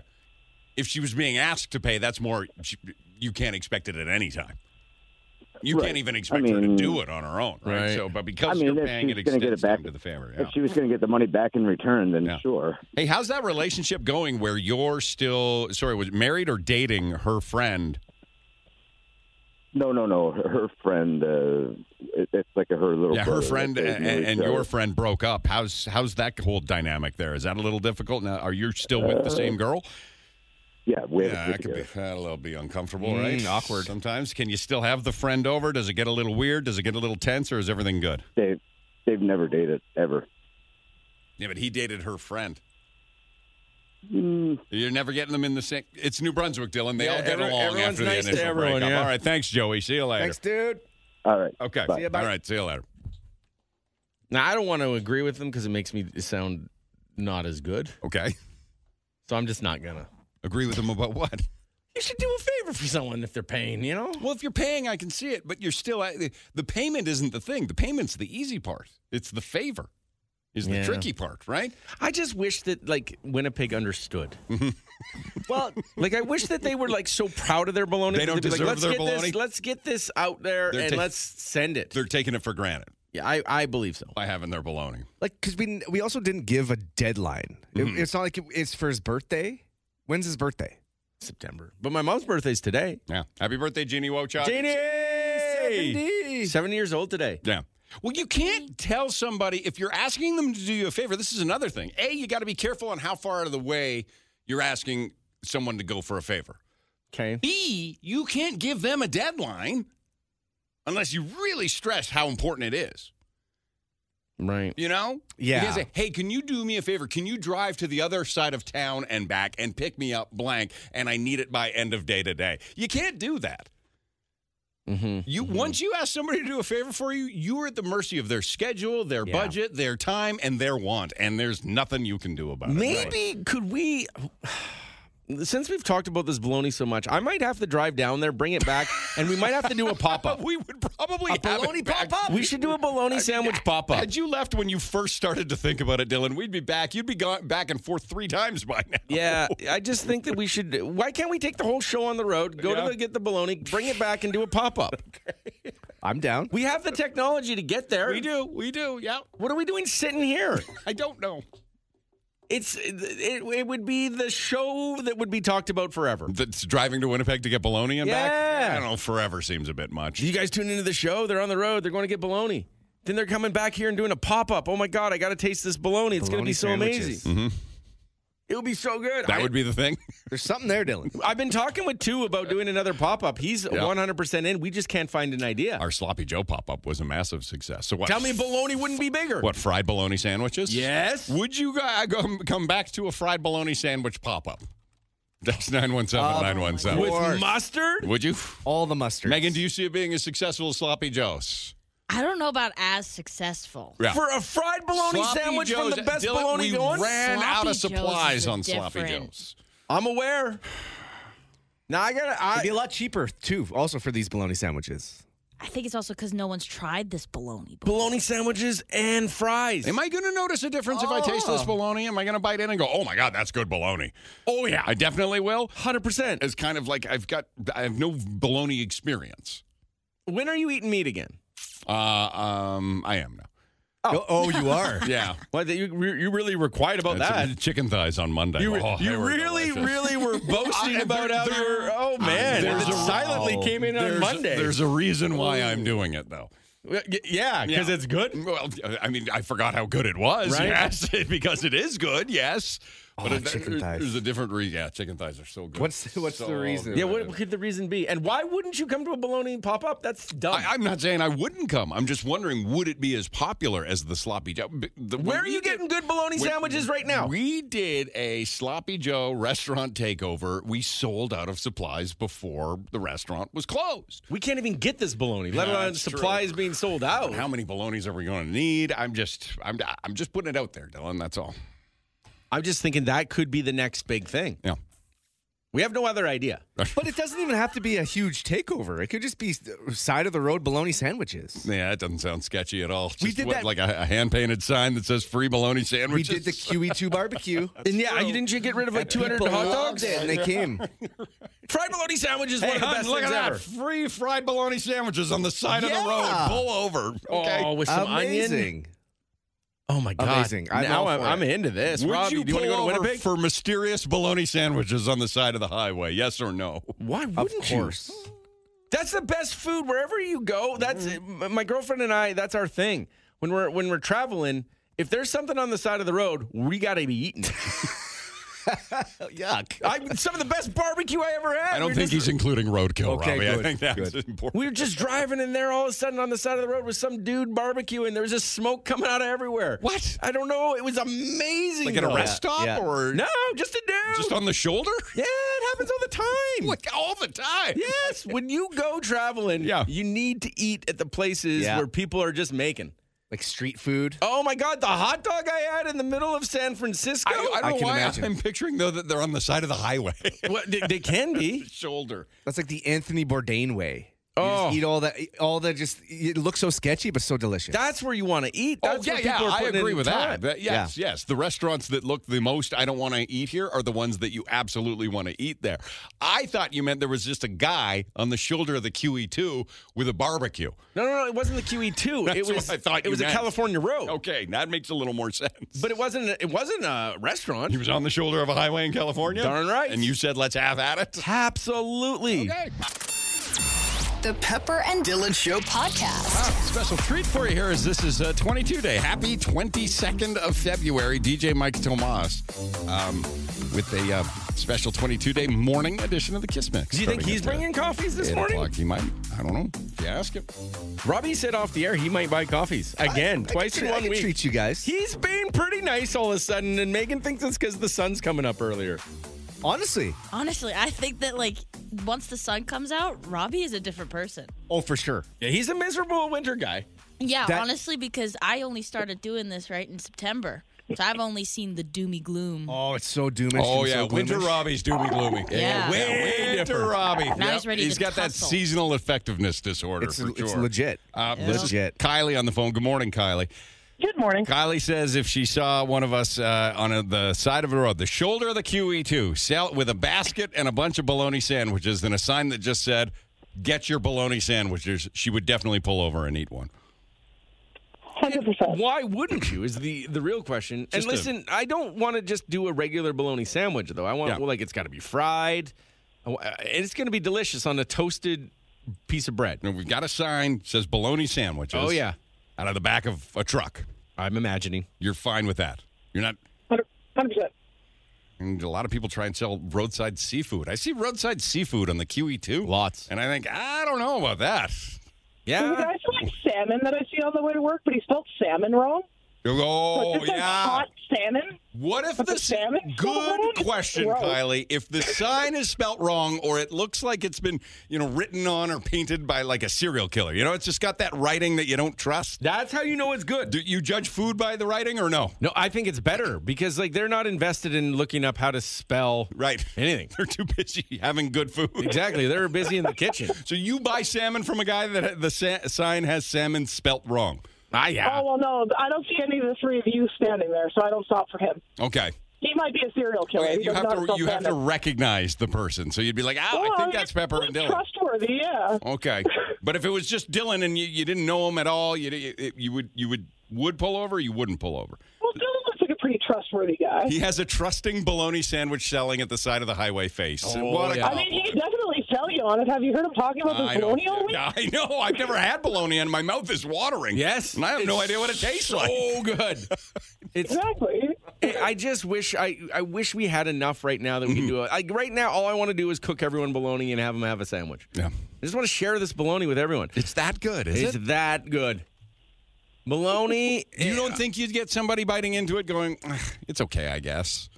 S3: If she was being asked to pay, that's more. she- You can't expect it at any time. You
S8: Right.
S3: can't even expect her to
S8: mean-
S3: do it on her own, right?
S4: Right.
S3: So, but
S8: I
S3: because
S8: mean,
S3: you're
S8: if
S3: paying,
S8: she's
S3: it
S8: gonna
S3: extends
S8: get it back-
S3: time to the favor.
S8: If
S3: yeah.
S8: she was going to get the money back in return, then
S3: Yeah.
S8: sure.
S3: Hey, how's that relationship going? Where you're still sorry, was it married or dating her friend?
S8: No, no, no. Her, her friend, uh, it, it's like a, her little
S3: Yeah, her
S8: brother.
S3: friend
S8: They
S3: and,
S8: know each
S3: and your
S8: other.
S3: friend broke up. How's how's that whole dynamic there? Is that a little difficult? Now, are you still with the same girl?
S8: Yeah, Uh, we have a
S3: Yeah,
S8: kid
S3: that could be
S8: together.
S3: that'll be uncomfortable,
S2: Mm,
S3: right?
S2: awkward.
S3: sometimes. Can you still have the friend over? Does it get a little weird? Does it get a little tense, or is everything good?
S8: They've, they've never dated, ever.
S3: Yeah, but he dated her friend.
S8: Mm,
S3: You're never getting them in the same. It's New Brunswick, Dylan. They
S4: Yeah,
S3: all get
S4: every-
S3: along
S4: everyone's
S3: after
S4: nice
S3: the
S4: to
S3: initial
S4: everyone,
S3: breakup.
S4: yeah.
S3: All right, thanks, Joey. See you later.
S2: Thanks, dude.
S8: all right.
S3: Okay.
S8: Bye. See
S2: ya, bye.
S3: All right. See you later.
S4: Now I don't want to agree with them because it makes me sound not as good.
S3: Okay.
S4: So I'm just not gonna.
S3: Agree with him about what?
S4: You should do a favor for someone if they're paying. You know.
S3: Well, if you're paying, I can see it, but you're still the payment isn't the thing. The payment's the easy part. It's the favor is the
S4: Yeah.
S3: tricky part, right?
S4: I just wish that like Winnipeg understood. well, like I wish that they were like so proud of their baloney.
S3: They don't
S4: that they'd be
S3: deserve
S4: like, let's
S3: their
S4: get
S3: baloney."
S4: This, let's get this out there
S3: They're
S4: and
S3: ta-
S4: let's send it.
S3: They're taking it for granted
S4: Yeah, I, I believe so.
S3: by having their baloney.
S2: Like, because we we also didn't give a deadline. It- it's not like it- it's for his birthday. When's his birthday?
S4: September, but my mom's birthday's today.
S3: Yeah. Happy birthday, Jeannie Wochuk.
S4: Janie, seven years old today.
S3: Yeah. Well, you can't tell somebody if you're asking them to do you a favor. This is another thing. A, you got to be careful on how far out of the way you're asking someone to go for a favor.
S4: Okay.
S3: B, you can't give them a deadline unless you really stress how important it is.
S4: Right.
S3: You know?
S2: Yeah.
S3: You can say, hey, can you do me a favor? Can you drive to the other side of town and back and pick me up blank and I need it by end of day today? You can't do that.
S4: Mm-hmm.
S3: You once you ask somebody to do a favor for you, you are at the mercy of their schedule, their
S4: Yeah.
S3: budget, their time, and their want, and there's nothing you can do about it.
S4: Maybe could we? Since we've talked about this baloney so much, I might have to drive down there, bring it back, and we might have to do a pop
S3: But
S4: up.
S3: we would probably
S4: A
S3: have
S4: bologna
S3: it back.
S4: pop-up? We should do a bologna sandwich pop-up.
S3: Had you left when you first started to think about it, Dylan, we'd be back. You'd be gone back and forth three times by now.
S4: Yeah, I just think that we should. Why can't we take the whole show on the road, go
S3: Yeah.
S4: to the, get the baloney, bring it back, and do a pop up?
S2: I'm down.
S4: We have the technology to get there.
S3: We do. We do. Yeah.
S4: What are we doing sitting here?
S3: I don't know.
S4: It's it, it would be the show that would be talked about forever.
S3: That's driving to Winnipeg to get bologna and back?
S4: Yeah.
S3: I don't know. Forever seems a bit much.
S4: You guys tune into the show. They're on the road. They're going to get baloney. Then they're coming back here and doing a pop up. Oh my god, I got to taste this baloney. It's going to
S2: Bologna
S4: be so
S2: sandwiches.
S4: amazing. It would be so good.
S3: That
S4: I-
S3: would be the thing.
S2: There's something there, Dylan.
S4: I've been talking with two about doing another pop up. He's
S3: Yeah.
S4: 100% in. We just can't find an idea.
S3: Our sloppy Joe pop up was a massive success. So what?
S4: Tell me bologna wouldn't be bigger.
S3: What fried bologna sandwiches?
S4: Yes.
S3: Would you guys come back to a fried bologna sandwich pop up? That's nine one seven nine one
S4: Uh, With
S3: seven.
S4: mustard?
S3: Would you,
S2: All the mustard.
S3: Megan? Do you see it being as successful as sloppy Joe's?
S5: I don't know about as successful.
S3: Yeah.
S4: For a fried bologna
S3: Sloppy
S4: sandwich from the
S3: Joe's-
S4: best
S3: Dylan,
S4: bologna
S3: we
S4: going?
S3: ran out of
S5: Sloppy Joe's
S3: supplies
S5: is
S3: on sloppy
S5: different.
S3: Joe's.
S4: I'm aware. Now I gotta I,
S2: It'd be a lot cheaper too. Also for these bologna sandwiches.
S5: I think it's also because no one's tried this bologna. before.
S4: bologna sandwiches and fries.
S3: Am I going to notice a difference if I taste this bologna? Am I going to bite in and go, "Oh my god, that's good bologna"? Oh yeah, I definitely will.
S4: Hundred percent.
S3: It's kind of like I've got I have no bologna experience.
S4: When are you eating meat again?
S3: Uh, um, I am now.
S2: Oh, oh you are.
S3: Yeah.
S4: Why that you re- you really were quiet about
S3: That's-
S4: that?
S3: chicken thighs on Monday.
S4: You, re-
S3: Oh, they
S4: you
S3: were
S4: really
S3: delicious.
S4: really were boasting
S3: I-
S4: about how you
S3: there-
S4: were. Oh
S3: I-
S4: man, and
S3: there's
S4: it
S3: a-
S4: silently came in on
S3: There's-
S4: Monday.
S3: There's a reason why I'm doing it though.
S4: Y- Yeah, because
S3: Yeah.
S4: it's good.
S3: Well, I mean, I forgot how good it was.
S4: Right?
S3: Yes, because it is good. Yes, but it-
S2: chicken
S3: there-
S2: thighs.
S3: There's a different reason. Yeah, chicken thighs are so good.
S2: What's- what's the reason?
S4: Yeah, what could the reason be? And why wouldn't you come to a baloney pop up? That's dumb.
S3: I, I'm not saying I wouldn't come. I'm just wondering, would it be as popular as the sloppy joe? B- the- when
S4: Where are
S3: we
S4: you
S3: did-
S4: getting good bologna
S3: when-
S4: sandwiches right now?
S3: We did a sloppy joe restaurant takeover. We sold out of supplies before the restaurant was closed.
S4: We can't even get this bologna, let
S3: Yeah,
S4: alone
S3: that's true.
S4: supplies being sold out.
S3: How many balonies are we going to need? I'm just, I'm, I'm just putting it out there, Dylan. That's all.
S4: I'm just thinking that could be the next big thing.
S3: Yeah.
S4: We have no other idea.
S2: But it doesn't even have to be a huge takeover. It could just be side of the road bologna sandwiches.
S3: Yeah, it doesn't sound sketchy at all. Just
S2: did
S3: what,
S2: that-
S3: like a, a hand painted sign that says free bologna
S2: We
S3: sandwiches.
S2: did the QE2 barbecue.
S4: And yeah, you didn't you get rid of like 200
S2: People
S4: hot
S2: loved
S4: dogs?
S2: it and they came.
S4: Fried bologna sandwich is one of the
S3: hun,
S4: best
S3: look
S4: things
S3: at
S4: ever.
S3: that free fried bologna sandwiches on the side of the road.
S2: Yeah.
S3: Pull over. Okay.
S4: Oh, with some onion.
S2: Amazing.
S4: Oh my god!
S2: Amazing. I'm
S4: now
S2: all
S4: I'm,
S2: for
S4: I'm
S2: it.
S4: into this.
S3: Would
S4: Robbie,
S3: you
S4: do you want to
S3: pull
S4: go to
S3: over
S4: Winnipeg?
S3: for mysterious bologna sandwiches on the side of the highway? Yes or no?
S4: Why
S2: Of
S4: wouldn't you?
S2: course.
S4: That's the best food wherever you go. That's
S3: Mm-hmm.
S4: m- my girlfriend and I. That's our thing when we're when we're traveling. If there's something on the side of the road, we gotta be eating. it.
S2: Yuck.
S4: I, some of the best barbecue I ever had.
S3: I don't
S4: We're
S3: think
S4: just-
S3: he's including roadkill,
S2: Okay,
S3: Robbie. I
S2: good,
S3: think that's
S2: good.
S3: important.
S4: We were just driving in there. All of a sudden, on the side of the road was some dude barbecuing. There was just smoke coming out of everywhere.
S3: What?
S4: I don't know. It was amazing.
S3: Like at a
S4: though.
S3: rest stop
S2: yeah.
S3: or
S4: No, just a dude.
S3: just on the shoulder?
S4: yeah, it happens all the time.
S3: Like all the time.
S4: Yes, when you go traveling,
S3: Yeah.
S4: you need to eat at the places
S2: Yeah.
S4: where people are just making.
S2: Like street food.
S4: Oh my God, the hot dog I had in the middle of San Francisco.
S3: I, I don't
S2: I
S3: know
S2: can
S3: why
S2: imagine.
S3: I'm picturing though that they're on the side of the highway.
S4: Well, they, they can be.
S3: shoulder.
S2: That's like the Anthony Bourdain way. You
S4: Oh.
S2: just eat all that. e, All that just it looks so sketchy, but so delicious.
S4: That's where you want to eat. That's
S3: oh,
S4: where
S3: yeah,
S4: people
S3: yeah.
S4: are
S3: I
S4: putting
S3: agree
S4: in
S3: with
S4: time.
S3: that. That- Yes, yes. The restaurants that look the most I don't want to eat here are the ones that you absolutely want to eat there. I thought you meant there was just a guy on the shoulder of the QE2 with a barbecue.
S4: No, no, no. It wasn't the QE two. it
S3: That's
S4: was.
S3: what I thought
S4: it
S3: you
S4: was
S3: meant. Oh.
S4: a California road.
S3: Okay, that makes a little more sense.
S4: But it wasn't. It wasn't a restaurant.
S3: He was on the shoulder of a highway in California.
S4: Darn right.
S3: And you said let's have at it.
S4: Absolutely.
S3: Okay.
S1: The Pepper and
S6: Dylan Show
S1: Podcast.
S3: Ah, special treat for you here is this is a 22 day. Happy 22nd of February. DJ Mike Tomas um, with a uh, special 22 day morning edition of the Kiss Mix.
S4: Do you think
S3: Starting at,
S4: he's
S3: uh,
S4: bringing coffees this
S3: eight
S4: morning?
S3: o'clock. He might. I don't know. If you ask him.
S4: Robbie said off the air he might buy coffees again,
S2: I
S4: twice
S2: could-
S4: in
S2: I
S4: one
S2: could
S4: week.
S2: treat you guys.
S4: He's being pretty nice all of a sudden, and Megan thinks it's because the sun's coming up earlier.
S2: Honestly.
S5: Honestly, I think that like once the sun comes out, Robbie is a different person.
S2: Oh, for sure.
S4: Yeah, he's a miserable winter guy.
S5: Yeah,
S2: That-
S5: honestly, because I only started doing this right in September, so I've only seen the doomy gloom.
S2: Oh, it's so doomish.
S3: Oh
S2: and
S3: yeah,
S2: so
S3: Winter
S2: gloomish.
S3: Robbie's doomy gloomy.
S5: Yeah.
S4: Way
S3: Winter
S4: different.
S3: Robbie.
S5: Now he's ready
S3: He's
S5: to
S3: got that
S5: tussle.
S3: seasonal effectiveness disorder
S2: It's,
S3: for sure.
S2: it's legit.
S3: Uh,
S5: Yeah.
S3: This is
S2: Legit.
S3: Kylie on the phone. Good morning, Kylie.
S9: Good morning.
S3: Kylie says if she saw one of us uh, on a, the side of the road, the shoulder of the QE2, sell, with a basket and a bunch of bologna sandwiches and a sign that just said, get your bologna sandwiches, she would definitely pull over and eat one.
S9: 100%.
S4: Why wouldn't you? Is the the real question.
S3: Just a-
S4: and listen, I I don't want to just do a regular bologna sandwich though. I want
S3: Yeah.
S4: well, like it's got to be fried, I wa- and it's going to be delicious on a toasted piece of bread.
S3: And we've got a sign that says bologna sandwiches.
S4: Oh yeah,
S3: Out of the back of a truck.
S4: I'm imagining.
S3: You're fine with that. You're not.
S9: 100%. 100%.
S3: And a lot of people try and sell roadside seafood. I see roadside seafood on the QE2.
S4: Lots.
S3: And I think, I don't know about that.
S9: There's a
S4: Yeah,
S9: guy selling salmon that I see on the way to work, but he spelled salmon wrong. So
S3: Oh,
S9: it just says
S3: yeah.
S9: hot salmon.
S3: What if
S9: But
S3: the
S9: the salmon?
S3: good
S9: Salmon?
S3: question,
S9: Gross.
S3: Kylie? If the sign is spelt wrong, or it looks like it's been you know written on or painted by like a serial killer, you know, it's just got that writing that you don't trust.
S4: that's how you know it's good.
S3: Do you judge food by the writing or no?
S4: No, I think it's better because like they're not invested in looking up how to spell
S3: Right,
S4: anything.
S3: they're too busy having good food.
S4: Exactly, they're busy in the kitchen.
S3: So you buy salmon from a guy that the sa- sign has salmon spelt wrong.
S4: Ah, yeah.
S9: Oh, well, no. I don't see any of the three of you standing there, so I don't stop for him.
S3: Okay,
S9: He might be a serial killer. He
S3: you
S9: does
S3: have
S9: not
S3: to
S9: spell
S3: you have to
S9: salmon.
S3: recognize the person. So you'd be like, oh,
S9: Well,
S3: I think
S9: mean,
S3: that's Pepper and
S9: it's
S3: Dylan.
S9: Trustworthy, yeah.
S3: Okay, but if it was just Dylan and you, you didn't know him at all, you you- you would you would would pull over. or You wouldn't pull over.
S9: Well, Dylan looks like a pretty trustworthy guy.
S3: He has a trusting bologna sandwich selling at the side of the highway face.
S4: Oh,
S3: what a
S4: yeah.
S9: I mean, he definitely Kelly on it. Have you heard him talking about
S3: I
S9: the
S3: know.
S9: colonial week?
S3: I know. I've never had bologna, and my mouth is watering.
S4: Yes.
S3: and I have no
S4: It's
S3: idea what it tastes like.
S4: So good. It's
S9: Exactly.
S4: I I just wish I I wish we had enough right now that we can
S3: Mm-hmm.
S4: do it. Like right now, all I want to do is cook everyone bologna and have them have a sandwich.
S3: Yeah,
S4: I just want to share this bologna with everyone.
S3: it's that good, is
S4: It's
S3: it?
S4: that good. Bologna.
S3: You don't think you'd get somebody biting into it, going, "Ugh, "It's okay, I guess."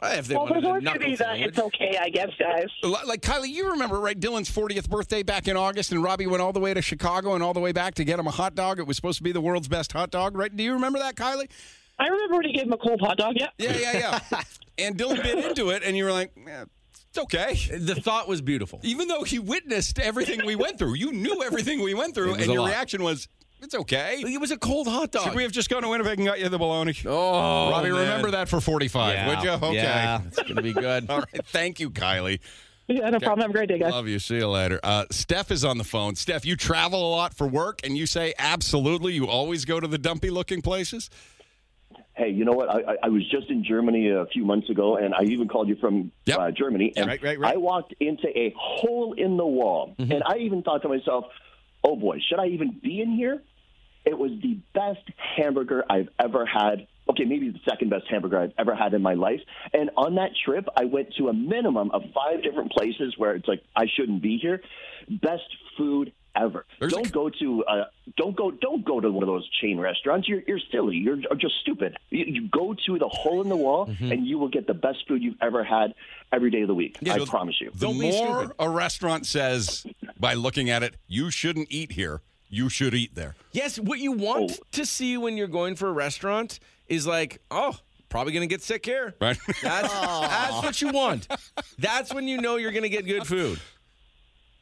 S4: eh, if they
S9: Well,
S4: wanted
S9: there's
S4: a
S9: always going to
S4: knuckle
S9: be that.
S4: sandwich.
S9: It's okay, I guess, guys.
S3: Li- Like Kylie, you remember right? Dylan's 40th birthday back in August, and Robbie went all the way to Chicago and all the way back to get him a hot dog. It was supposed to be the world's best hot dog, right? Do you remember that, Kylie?
S9: I remember when he gave him a cold hot dog. Yeah.
S3: Yeah, yeah, yeah. and Dylan bit into it, and you were like, "Eh, "It's okay."
S4: The thought was beautiful.
S3: even though he witnessed everything we went through, you knew everything we went through,
S4: was
S3: and
S4: a
S3: your
S4: lot.
S3: reaction was, "It's okay."
S4: It was a cold hot dog.
S3: Should we have just gone to Winnipeg and got you the bologna?
S4: oh,
S3: Robbie,
S4: man.
S3: remember that for forty-five,
S4: Yeah.
S3: would you? Okay.
S4: Yeah, it's gonna be good.
S3: All right. Thank you, Kylie.
S9: Yeah, no problem. Have a great day, guys.
S3: Love you. See you later. Uh, Steph is on the phone. Steph, you travel a lot for work, and you say absolutely. You always go to the dumpy-looking places.
S10: Hey, you know what? I, I, I was just in Germany a few months ago, and I even called you from
S3: Yep.
S10: uh, Germany. And
S2: Right, right, Mm-hmm. right.
S10: I walked into a hole in the wall, and I even thought to myself, "Oh boy, should I even be in here?" It was the best hamburger I've ever had. Okay, maybe the second best hamburger I've ever had in my life. And on that trip, I went to a minimum of five different places where it's like I shouldn't be here. Best food ever.
S3: There's a
S10: don't go to uh, don't go don't go to one of those chain restaurants. You're you're silly. You're just stupid. You, you go to the hole in the wall,
S3: Mm-hmm.
S10: and you will get the best food you've ever had every day of the week. I
S3: so
S10: promise you.
S3: The
S4: Don't be
S3: more
S4: stupid.
S3: a restaurant says by looking at it, you shouldn't eat here. You should eat there.
S4: Yes, what you want
S9: Oh.
S4: to see when you're going for a restaurant is like, oh, probably gonna get sick here.
S3: Right.
S4: That's, that's what you want. That's when you know you're going to get good food.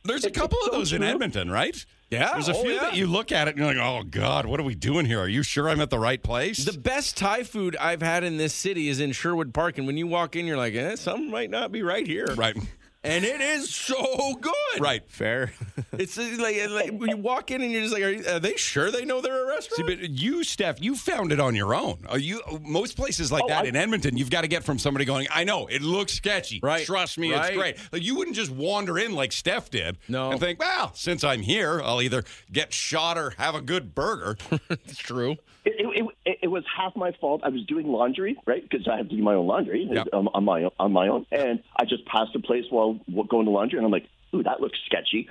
S3: There's a couple of those in Edmonton, right?
S4: Yeah.
S3: There's a
S4: Oh,
S3: few
S4: yeah.
S3: that you look at it and you're like, oh, God, what are we doing here? Are you sure I'm at the right place?
S4: The best Thai food I've had in this city is in Sherwood Park. And when you walk in, you're like, eh, something might not be right here.
S3: right.
S4: And it is so good.
S3: Right.
S2: Fair.
S4: It's uh, like, like when you walk in and you're just like, are, you- are they sure they know they're a
S3: See,
S4: restaurant?
S3: but you, Steph, you found it on your own. Are you most places
S10: Oh,
S3: like that in Edmonton? You've got to get from somebody going. I know it looks sketchy.
S4: Right.
S3: Trust me,
S4: Right.
S3: it's great. Like, you wouldn't just wander in like Steph did.
S4: No.
S3: And think, well, since I'm here, I'll either get shot or have a good burger.
S4: It's true.
S10: It, it, it, it was half my fault. I was doing laundry, right? Because I have to do my own laundry
S3: Yep.
S10: um, on my on my own, and I just passed a place while w- going to laundry, and I'm like, "Ooh, that looks sketchy."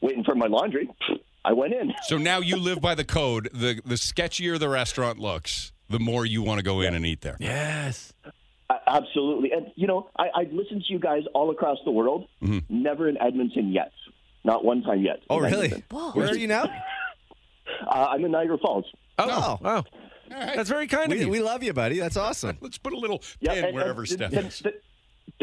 S10: Waiting for my laundry, I went in.
S3: so now you live by the code. The the sketchier the restaurant looks, the more you want to go in and eat there.
S4: Yes.
S10: A- Absolutely, and you know, I, I've listened to you guys all across the world. Never in Edmonton yet. Not one time yet.
S2: Mm-hmm. Oh,
S10: in
S2: really?
S10: Edmonton.
S2: Where are you now?
S10: Uh, I'm in Niagara Falls.
S4: Oh, wow. That's very kind of
S2: We,
S4: you.
S2: we love you, buddy. That's awesome.
S3: Let's put a little
S10: Yeah,
S3: pin
S10: and-
S3: wherever
S10: and
S3: Steph
S10: the,
S3: is. Mm-hmm.
S10: The,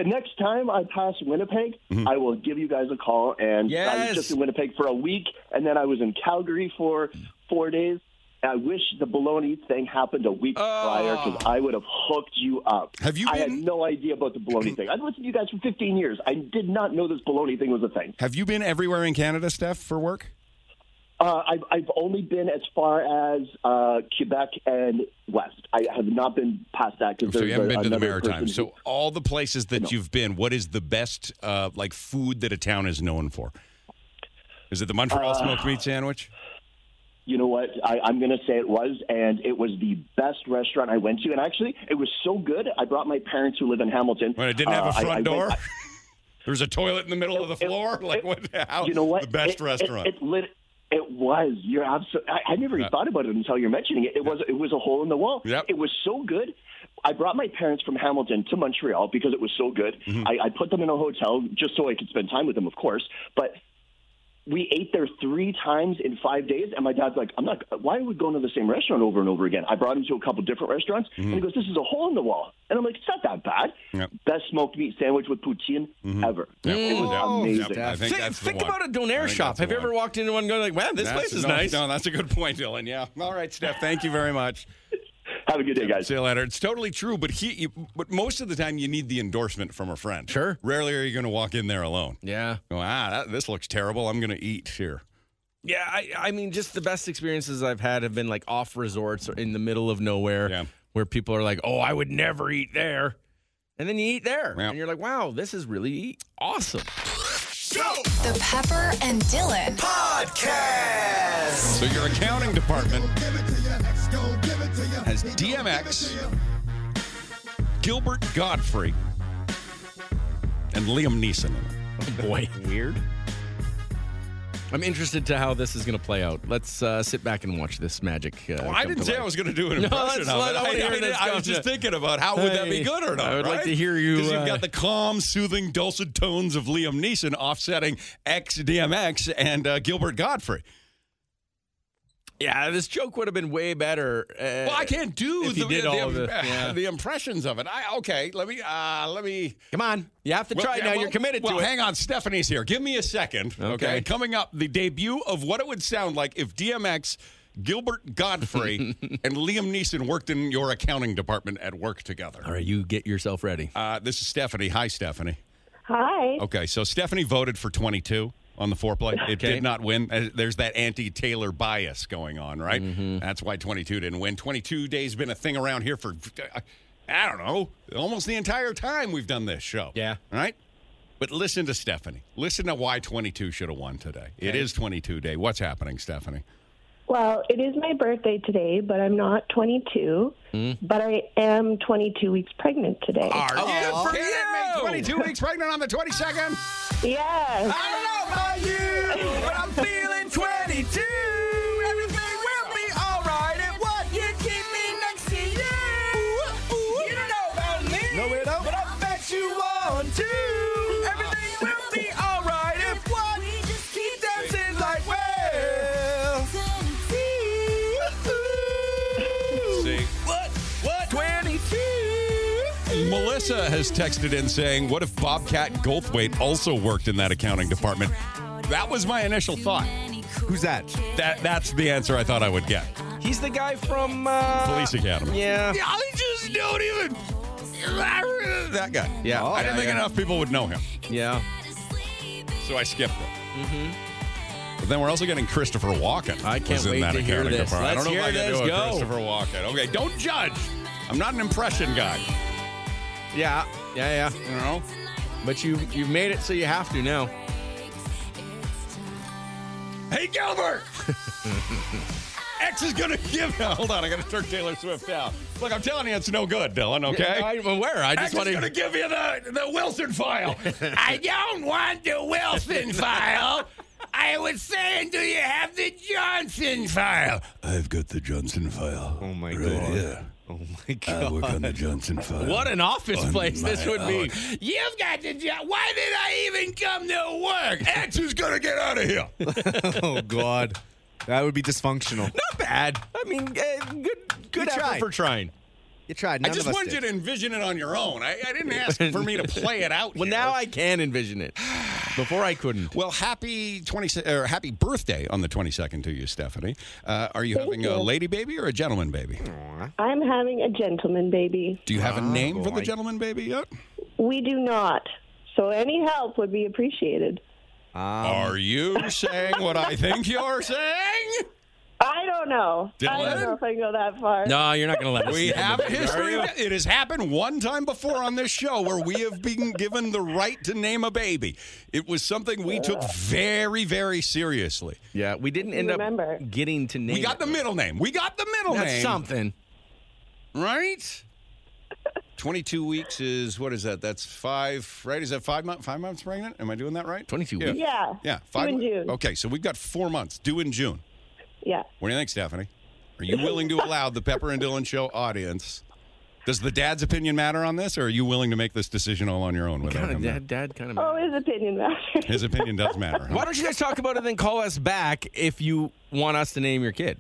S10: the next time I pass Winnipeg, I will give you guys a call. And I
S4: Yes.
S10: was just in Winnipeg for a week, and then I was in Calgary for four days. I wish the bologna thing happened a week prior because I would have hooked you up.
S3: Oh. Have you
S10: I had
S3: been-
S10: no idea about the bologna thing. I've listened to you guys for 15 years. I did not know this bologna thing was a thing.
S3: Have you been everywhere in Canada, Steph, for work?
S10: Uh, I've, I've only been as far as uh, Quebec and West. I have not been past that because
S3: So you
S10: there's
S3: haven't
S10: a-
S3: been to the
S10: another person
S3: Maritimes.
S10: who-
S3: So all the places that you've been, what is the best uh, like food that a town is known for? Is it the Montreal
S10: Uh,
S3: smoked meat sandwich?
S10: you know what I, i'm going to say it was and it was the best restaurant i went to and actually it was so good i brought my parents who live in hamilton
S3: When it didn't
S10: Uh,
S3: have a
S10: I-
S3: front
S10: I went-
S3: door.
S10: I-
S3: There's a toilet in the middle of the
S10: it-
S3: floor. like what? How,
S10: you know what
S3: The best
S10: It- it-
S3: restaurant.
S10: it, lit, it was you're absolutely I, I never even thought about it until you're mentioning it it was it was a hole in the wall
S3: Yep.
S10: it was so good i brought my parents from hamilton to montreal because it was so good
S3: Mm-hmm.
S10: I, I put them in a hotel just so i could spend time with them of course but we ate there three times in five days, and my dad's like, "I'm not. Why are we going to the same restaurant over and over again?" I brought him to a couple different restaurants, and he goes, "This is a hole in the wall." And I'm like, "It's not that bad.
S3: Mm-hmm. Yep. Mm-hmm.
S10: Best smoked meat sandwich with poutine ever. It was
S3: Yep.
S10: amazing."
S3: Yep. Oh. I think
S4: Thi-
S3: that's the
S4: think
S3: one.
S4: about a
S3: I
S4: donair
S3: think
S4: shop.
S3: that's the
S4: Have you ever
S3: one.
S4: walked into one and gone like, man, this
S3: That's-
S4: place is
S3: no,
S4: nice?
S3: No, that's a good point, Dylan. Yeah. All right, Steph. Thank you very much.
S10: Have a good day, guys.
S3: See you later. It's totally true, but he, you, but most of the time you need the endorsement from a friend.
S4: Sure.
S3: Rarely are you going to walk in there alone.
S4: Yeah.
S3: Go, ah, that, this looks terrible. I'm going to eat here.
S4: Yeah, I, I mean, just the best experiences I've had have been like off resorts or in the middle of nowhere
S3: Yeah.
S4: where people are like, oh, I would never eat there. And then you eat there.
S3: Yeah.
S4: And you're like, wow, this is really awesome.
S1: Show! The Pepper and Dylan Podcast.
S3: So your accounting department has DMX, Gilbert Godfrey, and Liam Neeson in it.
S4: Oh, Boy, weird. I'm interested to how this is going to play out. Let's uh, sit back and watch this magic. Uh,
S3: Well, I
S4: come
S3: didn't
S4: to
S3: say
S4: life.
S3: I was going to do an
S4: No,
S3: impression
S4: that's
S3: of
S4: not-
S3: it.
S4: I wanna hear
S3: I,
S4: this
S3: I was
S4: gotcha.
S3: just thinking about how would that be
S4: Hey,
S3: good or not.
S4: I would like
S3: right?
S4: to hear you,
S3: 'Cause
S4: uh,
S3: you've got the calm, soothing, dulcet tones of Liam Neeson offsetting ex DMX and uh, Gilbert Godfrey.
S4: Yeah, this joke would have been way better. Uh,
S3: Well, I can't do
S4: if you
S3: the,
S4: did
S3: the,
S4: all
S3: the,
S4: the- yeah.
S3: the impressions of it. I okay. Let me uh, let me.
S4: Come on, you have to
S3: Well,
S4: try
S3: yeah,
S4: now.
S3: well-
S4: You're committed
S3: well,
S4: to it.
S3: Hang on, Stephanie's here. Give me a second. Okay.
S4: Okay.
S3: Coming up, the debut of what it would sound like if DMX, Gilbert Godfrey, and Liam Neeson worked in your accounting department at work together.
S4: All right, you get yourself ready.
S3: Uh, this is Stephanie. Hi, Stephanie.
S9: Hi.
S3: Okay, so Stephanie voted for 22 on the foreplay. It
S4: Okay.
S3: did not win. Uh, There's that anti-Taylor bias going on, right?
S4: Mm-hmm.
S3: That's why 22 didn't win. 22 days been a thing around here for uh, I don't know, almost the entire time we've done this show.
S4: Yeah.
S3: All right? But listen to Stephanie. Listen to why 22 should have won today. It is 22 day. What's happening, Stephanie?
S9: Well, it is my birthday today, but I'm not 22,
S3: Hmm?
S9: but I am 22 weeks pregnant today.
S3: Are you kidding me?
S4: you!
S3: 22 weeks pregnant on the 22nd?
S9: Yes.
S3: Ah. I don't know about you, but I'm feeling 22. Everything will be all right. And what you keep me next to you. You don't know about me. No, we don't. But I bet you want to. Everything will be all right. If what we just keep dancing like well. See? What? What? 22. Melissa has texted in saying, What if Bobcat Goldthwait also worked in that accounting department? That was my initial thought.
S2: Who's that?
S3: That That's the answer I thought I would get.
S4: He's the guy from uh,
S3: Police Academy.
S4: Yeah.
S3: I just don't even. That guy.
S4: Yeah. Oh,
S3: I didn't
S4: Yeah,
S3: think
S4: yeah.
S3: enough people would know him,
S4: Yeah.
S3: so I skipped it. Mm-hmm. But then we're also getting Christopher Walken.
S4: I can't
S3: was in
S4: wait
S3: that
S4: to hear
S3: accounting
S4: this.
S3: department.
S4: Let's
S3: I don't know if
S4: hear
S3: I can
S4: this.
S3: do a
S4: Go.
S3: Christopher Walken. Okay, don't judge. I'm not an impression guy.
S4: Yeah. Yeah. Yeah.
S3: You know.
S4: But you you've made it, so you have to now.
S3: Hey, Gilbert! X is gonna give. Hold on, I gotta turn Taylor Swift down. Look, I'm telling you, it's no good, Dylan. Okay.
S4: I, am aware. I
S3: X
S4: just want
S3: is gonna
S4: to.
S3: give you the the Wilson file. I don't want the Wilson file. I was saying, do you have the Johnson file? I've got the Johnson file.
S2: Oh my
S3: right
S2: god.
S3: Here.
S2: Oh my god.
S3: I work on the Johnson file.
S4: What an office
S3: On
S4: place this
S3: my
S4: would be.
S3: own. You've got the job. Why did I even come to work? X is gonna get out of here.
S2: Oh god. That would be dysfunctional.
S4: Not bad. I mean, uh, good good
S2: You
S4: effort
S2: tried.
S4: for trying.
S2: You tried.
S3: I
S2: None of
S3: just
S2: us
S3: wanted
S2: did.
S3: you to envision it on your own. I, I didn't ask for me to play it out.
S4: Well,
S3: here.
S4: now I can envision it. Before I couldn't.
S3: Well, happy twenty or happy birthday on the twenty second to you, Stephanie. Uh, are you having a
S9: you.
S3: lady baby or a gentleman baby?
S9: I'm having a gentleman baby.
S3: Do you have a name for the
S2: boy.
S3: gentleman baby yet?
S9: We do not. So any help would be appreciated.
S3: are you saying what I think you're saying?
S9: I don't know. I
S3: Dylan?
S9: don't know if I can go that far.
S4: No, you're not going to let us.
S3: We
S4: into
S3: have a
S4: this, are
S3: history.
S4: you?
S3: It has happened one time before on this show where we have been given the right to name a baby. It was something we took very, very seriously.
S4: Yeah, we didn't end
S9: Remember.
S4: up getting to name.
S3: We got
S4: it.
S3: the middle name. We got the middle
S4: That's
S3: name.
S4: something.
S3: right? 22 weeks is what is that? That's five, right? Is that five months? Five months pregnant? Am I doing that right?
S4: 22
S3: yeah.
S4: weeks.
S9: Yeah.
S3: Yeah,
S9: Five
S3: five.
S9: in
S3: mo-
S9: June.
S3: Okay, so we've got four months due in June.
S9: Yeah.
S3: What do you think, Stephanie? Are you willing to allow the Pepper and Dylan Show audience? Does the dad's opinion matter on this, or are you willing to make this decision all on your own without
S4: Kinda,
S3: him? there?
S4: dad, dad kind of.
S9: Oh, his opinion matters.
S3: His opinion does matter. Huh?
S4: Why don't you guys talk about it and then call us back if you want us to name your kid?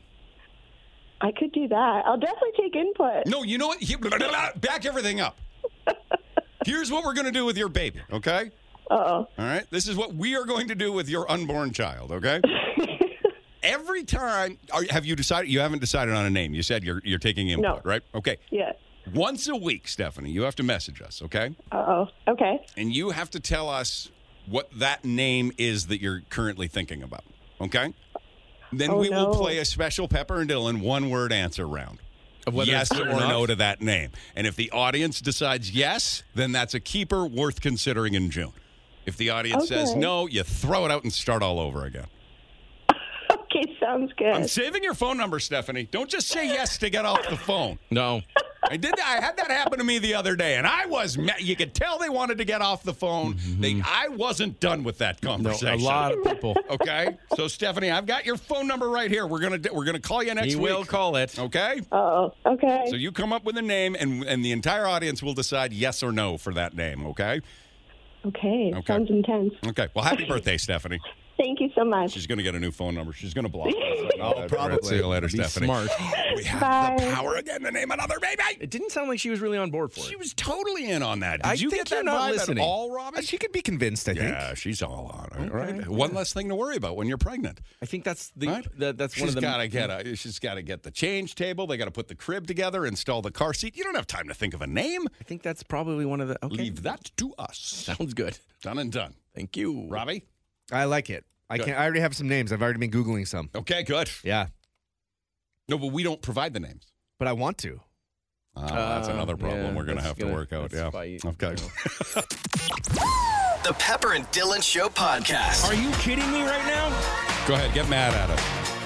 S9: I could do that. I'll definitely take input.
S3: No, you know what? He- blah, blah, blah, blah. Back everything up. Here's what we're going to do with your baby, okay?
S9: Uh-oh.
S3: All right. This is what we are going to do with your unborn child, okay? Every time, are, have you decided? You haven't decided on a name. You said you're you're taking input, right? Okay.
S9: Yeah.
S3: Once a week, Stephanie, you have to message us, okay?
S9: Uh-oh. Okay.
S3: And you have to tell us what that name is that you're currently thinking about, okay? Then
S9: Oh,
S3: we
S9: no.
S3: will play a special Pepper and Dylan one word answer round.
S4: Of whether
S3: yes
S4: it's
S3: or
S4: good enough?
S3: no to that name. And if the audience decides yes, then that's a keeper worth considering in June. If the audience says
S9: Okay.
S3: no, you throw it out and start all over again.
S9: Okay, sounds good.
S3: I'm saving your phone number, Stephanie. Don't just say yes to get off the phone.
S4: No.
S3: I did. I had that happen to me the other day, and I was. ma- You could tell they wanted to get off the phone. They, I wasn't done with that conversation.
S4: Mm-hmm. lot of people.
S3: Okay, so Stephanie, I've got your phone number right here. We're gonna d- we're gonna call you next
S4: He
S3: week.
S4: will call it.
S3: Okay.
S9: Oh, okay.
S3: So you come up with a name, and and the entire audience will decide yes or no for that name. Okay.
S9: okay, sounds intense.
S3: Okay. Well, happy birthday, Stephanie.
S9: Thank you so much.
S3: Mm. She's gonna get a new phone number. She's gonna block. us.
S2: Oh, probably.
S3: See you later,
S2: Be
S3: Stephanie.
S2: smart.
S3: We have the
S9: Bye.
S3: power again to name another baby.
S4: It didn't sound like she was really on board for it.
S3: She was totally in on that. Did
S2: I
S3: you
S2: think
S3: get that
S2: you're not
S3: vibe
S2: listening.
S3: at all, Robin?
S2: She could be convinced, I
S3: Yeah,
S2: think.
S3: she's all on. it, Right. One less thing to worry about when you're pregnant.
S4: I think that's the,
S3: Right?
S4: that- that's one
S3: She's
S4: of the
S3: gotta get a, she's got to get the change table. They got to put the crib together, install the car seat. You don't have time to think of a name.
S4: I think that's probably one of the okay.
S3: Leave that to us.
S4: Sounds good.
S3: Done and done.
S4: Thank you.
S3: Robbie.
S2: I like it. I
S3: Good.
S2: can. I already have some names. I've already been googling some.
S3: Okay, good.
S2: Yeah,
S3: No, but we don't provide the names.
S2: but I want to.
S3: Oh, that's another problem we're gonna
S4: that's
S3: have to
S4: gonna-
S3: work out.
S4: that's
S3: Yeah.
S4: fight.
S3: Okay.
S7: The Pepper and Dylan Show podcast.
S4: Are you kidding me right now?
S3: Go ahead, get mad at us.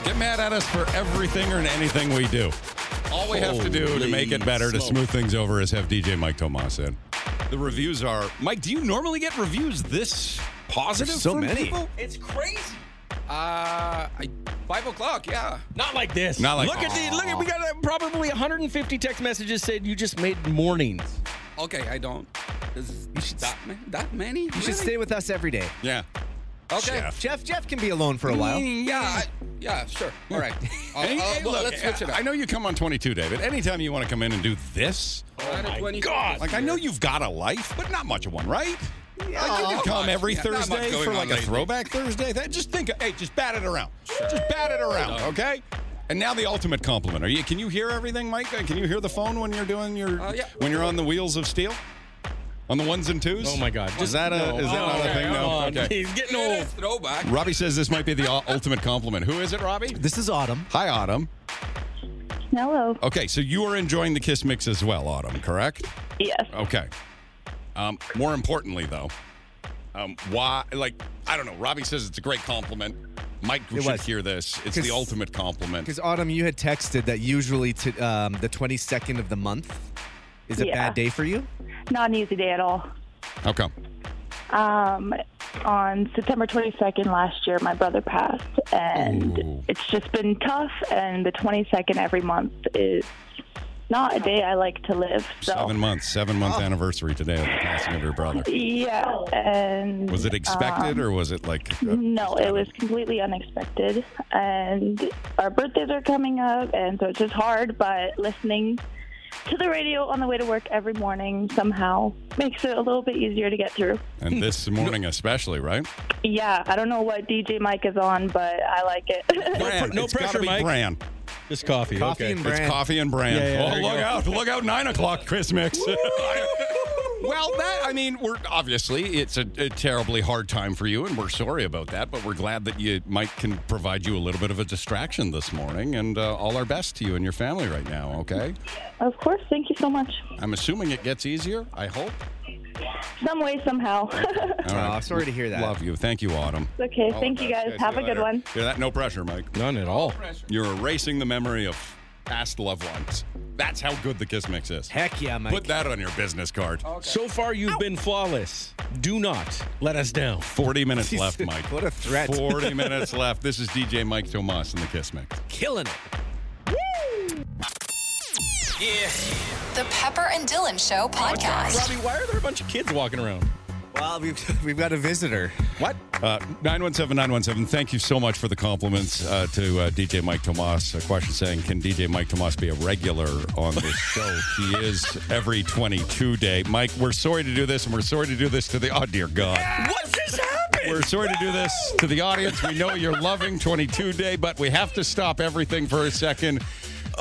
S3: Get mad at us for everything or anything we do. All we have to do to make it better, to smooth things over, is have DJ Mike Tomas in. The reviews are Mike. Do you normally get reviews this positive?
S2: There's so
S3: from
S2: many.
S3: people?
S4: It's crazy.
S3: Uh, I, five o'clock. Yeah.
S4: Not like this.
S3: Not like-
S4: look at the look at we got uh, probably 150 text messages said you just made mornings.
S11: Okay, I don't. Is that, ma- that many?
S2: You should stay with us every day.
S3: Yeah.
S11: Okay.
S3: Jeff.
S2: Jeff. Jeff can be alone for a while.
S11: Mm, Yeah, I, yeah, sure. All right. I'll-
S3: Hey,
S11: I'll-
S3: hey,
S11: Uh, well,
S3: look,
S11: let's switch it up.
S3: I know you come on 22, David. Anytime you want to come in and do this,
S11: I had a 20
S3: God, like I know you've got a life, but not much of one, right? Like, you can come
S11: much.
S3: every
S11: Yeah, not much
S3: Thursday
S11: going
S3: for
S11: on
S3: like a
S11: lately.
S3: throwback Thursday. That, just think, hey, just bat it around. Just bat it around, okay? And now the ultimate compliment. Are you? Can you hear everything, Mike? Uh, Can you hear the phone when you're doing your?
S11: Uh, yeah.
S3: When you're on the wheels of steel, on the ones and twos.
S4: Oh my God!
S3: Is that a? Is that not a thing? No. Oh, Okay.
S4: He's getting
S11: It
S4: old.
S11: is throwback.
S3: Robbie says this might be the u- ultimate compliment. Who is it, Robbie?
S2: This is Autumn.
S3: Hi, Autumn.
S9: Hello.
S3: Okay, so you are enjoying the Kiss Mix as well, Autumn, correct?
S9: Yes.
S3: Okay. Um, more importantly, though, um, why? Like, I don't know. Robbie says it's a great compliment. Mike
S2: It
S3: should
S2: was.
S3: hear this. It's
S2: 'Cause-
S3: the ultimate compliment.
S2: Because Autumn, you had texted that usually to um, the 22nd of the month is a
S12: Yeah.
S2: bad day for you.
S12: Not an easy day at all.
S3: How come?
S12: Um, on September 22nd last year, my brother passed, and
S3: Ooh.
S12: it's just been tough. And the 22nd every month is not a day I like to live. So
S3: Seven months. Seven month
S4: Oh.
S3: anniversary today of the passing of your brother.
S12: yeah, and
S3: Was it expected or was it like? uh,
S12: Um, No, it was completely unexpected. And our birthdays are coming up, and so it's just hard, but listening to the radio on the way to work every morning somehow makes it a little bit easier to get through.
S3: And this morning, especially, right?
S12: Yeah, I don't know what DJ Mike is on, but I like it.
S3: Bran.
S4: no
S3: It's gotta
S4: pressure,
S3: be
S4: Mike.
S3: Bran.
S4: Just coffee.
S2: Coffee and
S3: It's
S2: Bran.
S3: coffee and brand.
S4: Yeah, yeah, there
S3: oh,
S4: you
S3: look
S4: go.
S3: out! Look out! Nine o'clock, Chris Mix. well, that I mean, we're obviously it's a, a terribly hard time for you, and we're sorry about that. But we're glad that you Mike can provide you a little bit of a distraction this morning, and uh, all our best to you and your family right now. Okay.
S12: of course, thank you so much.
S3: I'm assuming it gets easier. I hope.
S12: Some way, somehow.
S3: All right.
S2: Aw, sorry to hear that.
S3: Love you. Thank you, Autumn.
S12: okay,
S3: All
S12: thank
S3: the
S12: you
S3: best.
S12: guys.
S3: Okay, see
S12: Have
S3: you
S12: a good
S3: later.
S12: one.
S3: Hear that? No pressure, Mike.
S4: None at all.
S3: You're erasing the memory of past loved ones. That's how good the Kiss Mix is.
S2: Heck yeah, Mike.
S3: Put that on your business card.
S4: So far, you've been flawless. Do not let us down.
S3: 40 minutes
S2: Jesus,
S3: left, Mike.
S2: what a threat.
S3: 40 minutes left. This is DJ Mike Tomas in the Kiss Mix.
S2: Killing it.
S1: The Pepper and Dylan Show podcast.
S4: Robbie, why are there a bunch of kids walking around?
S2: Well, we've we've got a visitor.
S3: What? Uh, 917 917. Thank you so much for the compliments uh, to uh, DJ Mike Tomas. A question saying, can DJ Mike Tomas be a regular on this show? he is every 22 day. Mike, we're sorry to do this, and we're sorry to do this to the. Oh, dear God.
S4: What just happened?
S3: We're sorry to do this to the audience. We know you're loving 22 Day, but we have to stop everything for a second.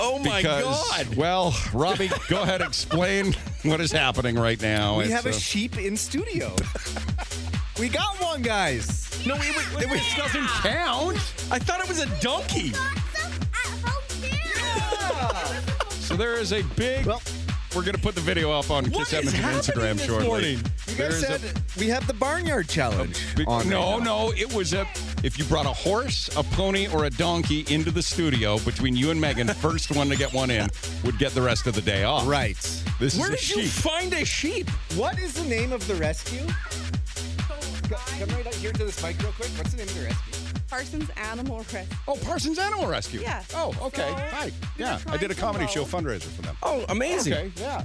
S4: Oh my
S3: because,
S4: God.
S3: Well, Robbie, go ahead explain what is happening right now.
S2: We
S3: It's,
S2: have a
S3: uh,
S2: sheep in studio. we got one, guys.
S4: No, it, was- it was-
S3: doesn't count.
S4: I thought it was a donkey.
S3: So there is a big
S2: Well,
S3: We're going to put the video up on
S2: What
S3: Kiss
S2: is
S3: Edmonton
S2: happening
S3: Instagram
S2: this
S3: shortly.
S2: morning? You
S3: There
S2: guys
S3: is a-
S2: said we have the barnyard challenge. on
S3: no,
S2: right now.
S3: no, it was a if you brought a horse, a pony, or a donkey into the studio between you and Megan, first one to get one in would get the rest of the day off. Right. This is
S2: Where
S3: a
S2: did you
S3: sheep.
S2: find a sheep? What is the name of the rescue? Come right up here to this mic real quick. What's the name of the rescue?
S13: Parsons Animal Rescue.
S3: Oh, Parsons Animal Rescue.
S13: Yeah.
S3: Oh, okay. Hi. Yeah, I did a comedy show fundraiser for them.
S4: Oh, amazing.
S3: Okay, yeah.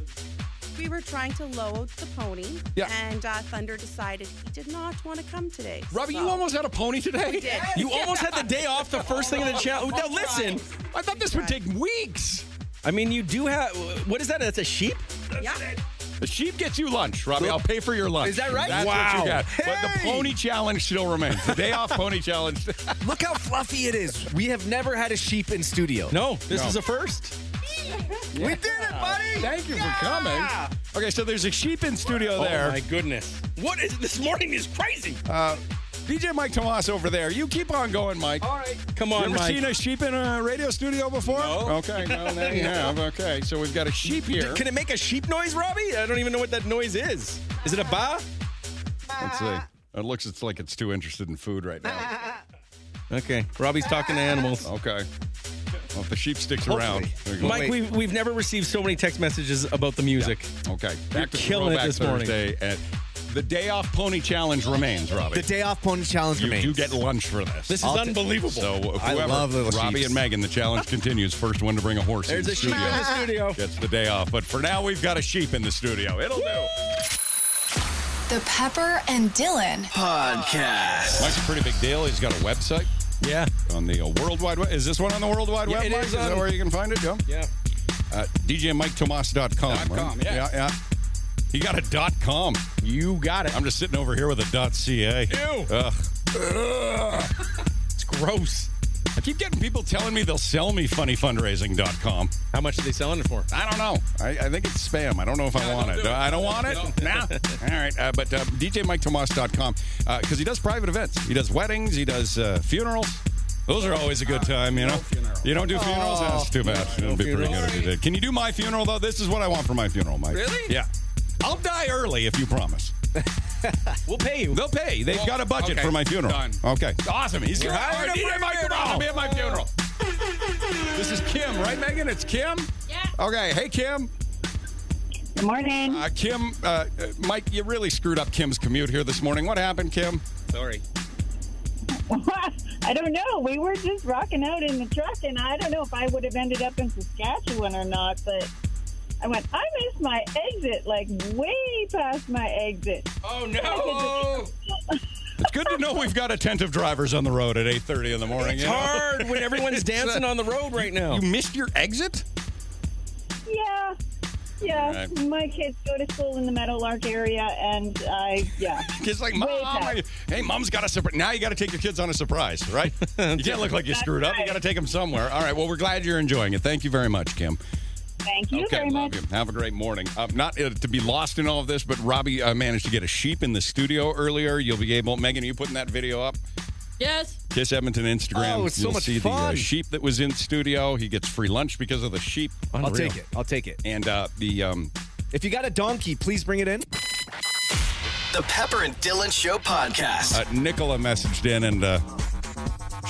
S13: We were trying to load the pony,
S3: Yeah.
S13: and uh, Thunder decided he did not want to come today.
S3: Robbie, you
S13: So-
S3: almost had a pony today.
S13: We did.
S4: You almost had the day off the first thing of the challenge. Now listen,
S3: I thought this would take weeks.
S4: I mean, you do have. What is that? That's a sheep.
S13: Yeah.
S3: The sheep gets you lunch, Robbie. I'll pay for your lunch.
S4: Is that right?
S3: That's
S4: Wow.
S3: what you got. But the
S4: Hey.
S3: pony challenge still remains. The day off pony challenge.
S2: Look how fluffy it is. We have never had a sheep in studio.
S4: No, this is a first.
S2: We did it, buddy.
S3: Thank you for coming. Okay, so there's a sheep in studio there.
S4: Oh my goodness. What is this morning is crazy.
S3: Uh, DJ Mike Tomas over there. You keep on going, Mike. All right.
S4: Come on,
S3: you ever
S4: Mike.
S3: seen a sheep in a radio studio before?
S4: No.
S3: Okay, no, there you
S4: No.
S3: have. Okay, so we've got a sheep here.
S4: Can it make a sheep noise, Robbie? I don't even know what that noise is. Is it a ba?
S3: Let's see. It looks it's like it's too interested in food right now.
S4: Okay. Robbie's talking to animals.
S3: Okay. Well, if the sheep sticks around. there you go.
S4: Mike, we've, we've never received so many text messages about the music.
S3: Okay.
S4: You're
S3: Back to
S4: killing it
S3: Throwback
S4: this morning.
S3: Thursday at- the day off pony challenge remains, Robbie.
S2: The day off pony challenge
S3: you
S2: remains.
S3: do get lunch for this.
S2: This is I'll t- unbelievable.
S3: So whoever,
S2: I love little
S3: Robbie
S2: sheeps.
S3: and Megan, the challenge continues. First one to bring a horse in the studio
S4: studio.
S3: gets the day off. But for now, we've got a sheep in the studio. It'll do.
S1: The Pepper and Dylan
S3: Podcast. Mike's a pretty big deal. He's got a website.
S4: Yeah.
S3: On the uh, World Wide Web. Is this one on the World Wide
S4: Yeah,
S3: Web?
S4: it
S3: Mike?
S4: is
S3: that
S4: on-
S3: where you can find it? Yeah.
S4: Yeah.
S3: Uh, DJMikeTomas.com.
S4: Dot com, yeah.
S3: yeah. Yeah, You got a dot com.
S4: You got it.
S3: I'm just sitting over here with a dot ca. Ew. Ugh.
S4: It's gross.
S3: I keep getting people telling me they'll sell me funnyfundraising.com.
S4: How much are they selling it for?
S3: I don't know. I, I think it's spam. I don't know if I want it. I don't want it. Nah. All right. Uh, but uh, DJMikeTomas.com because uh, he does private events. He does weddings. He does uh, funerals. Those are always a good time, you know. you don't do funerals?
S4: Oh.
S3: That's too bad. It'd be pretty good if you did. Can you do my funeral though? This is what I want for my funeral, Mike.
S4: Really?
S3: Yeah. I'll die early if you promise.
S4: We'll pay you.
S3: They'll pay. They've
S4: Well,
S3: got a budget
S4: okay.
S3: for my funeral.
S4: Done.
S3: Okay. Awesome. He's
S4: We're
S3: gonna hire
S4: hired
S3: a
S4: up
S3: DJ
S4: for
S3: Mike
S4: your
S3: Tomorrow to be at my funeral.
S4: funeral.
S3: This is Kim, right, Megan? It's Kim. Yeah. Okay. Hey, Kim.
S12: Good morning.
S3: Uh, Kim, uh, uh, Mike, you really screwed up Kim's commute here this morning. What happened, Kim?
S4: Sorry.
S12: I don't know. We were just rocking out in the truck, and I don't know if I would have ended up in Saskatchewan or not, but I went, I missed my exit, like way past my exit.
S4: Oh
S12: no.
S3: It's good to know we've got attentive drivers on the road at 8:30 in the morning.
S4: It's
S3: you know?
S4: hard when everyone's
S3: It's,
S4: dancing
S3: uh,
S4: on the road right now.
S3: You missed your exit?
S12: Yeah. Yeah.
S3: All right.
S12: My kids go to school in the Meadowlark area, and I, yeah.
S3: It's like,
S12: Way
S3: mom,
S12: past.
S3: I- hey, mom's got a surprise. Now you got to take your kids on a surprise, right? You can't look like you
S12: That's
S3: screwed up. You
S12: right.
S3: got to take them somewhere. All right. Well, we're glad you're enjoying it. Thank you very much, Kim.
S12: Thank you
S3: okay,
S12: very
S3: love
S12: much.
S3: you. Have a great morning. Uh, not uh, to be lost in all of this, but Robbie uh, managed to get a sheep in the studio earlier. You'll be able, Megan, are you putting that video up?
S5: Yes.
S3: Kiss Edmonton Instagram.
S2: Oh, it's so
S3: You'll
S2: much
S3: see the uh,
S2: fun.
S3: sheep that was in studio. He gets free lunch because of the sheep.
S2: I'll take it. I'll take it.
S3: And uh, the um,
S2: If you got a donkey, please bring it in.
S7: The Pepper and Dylan Show Podcast.
S3: uh, Nicola messaged in and uh,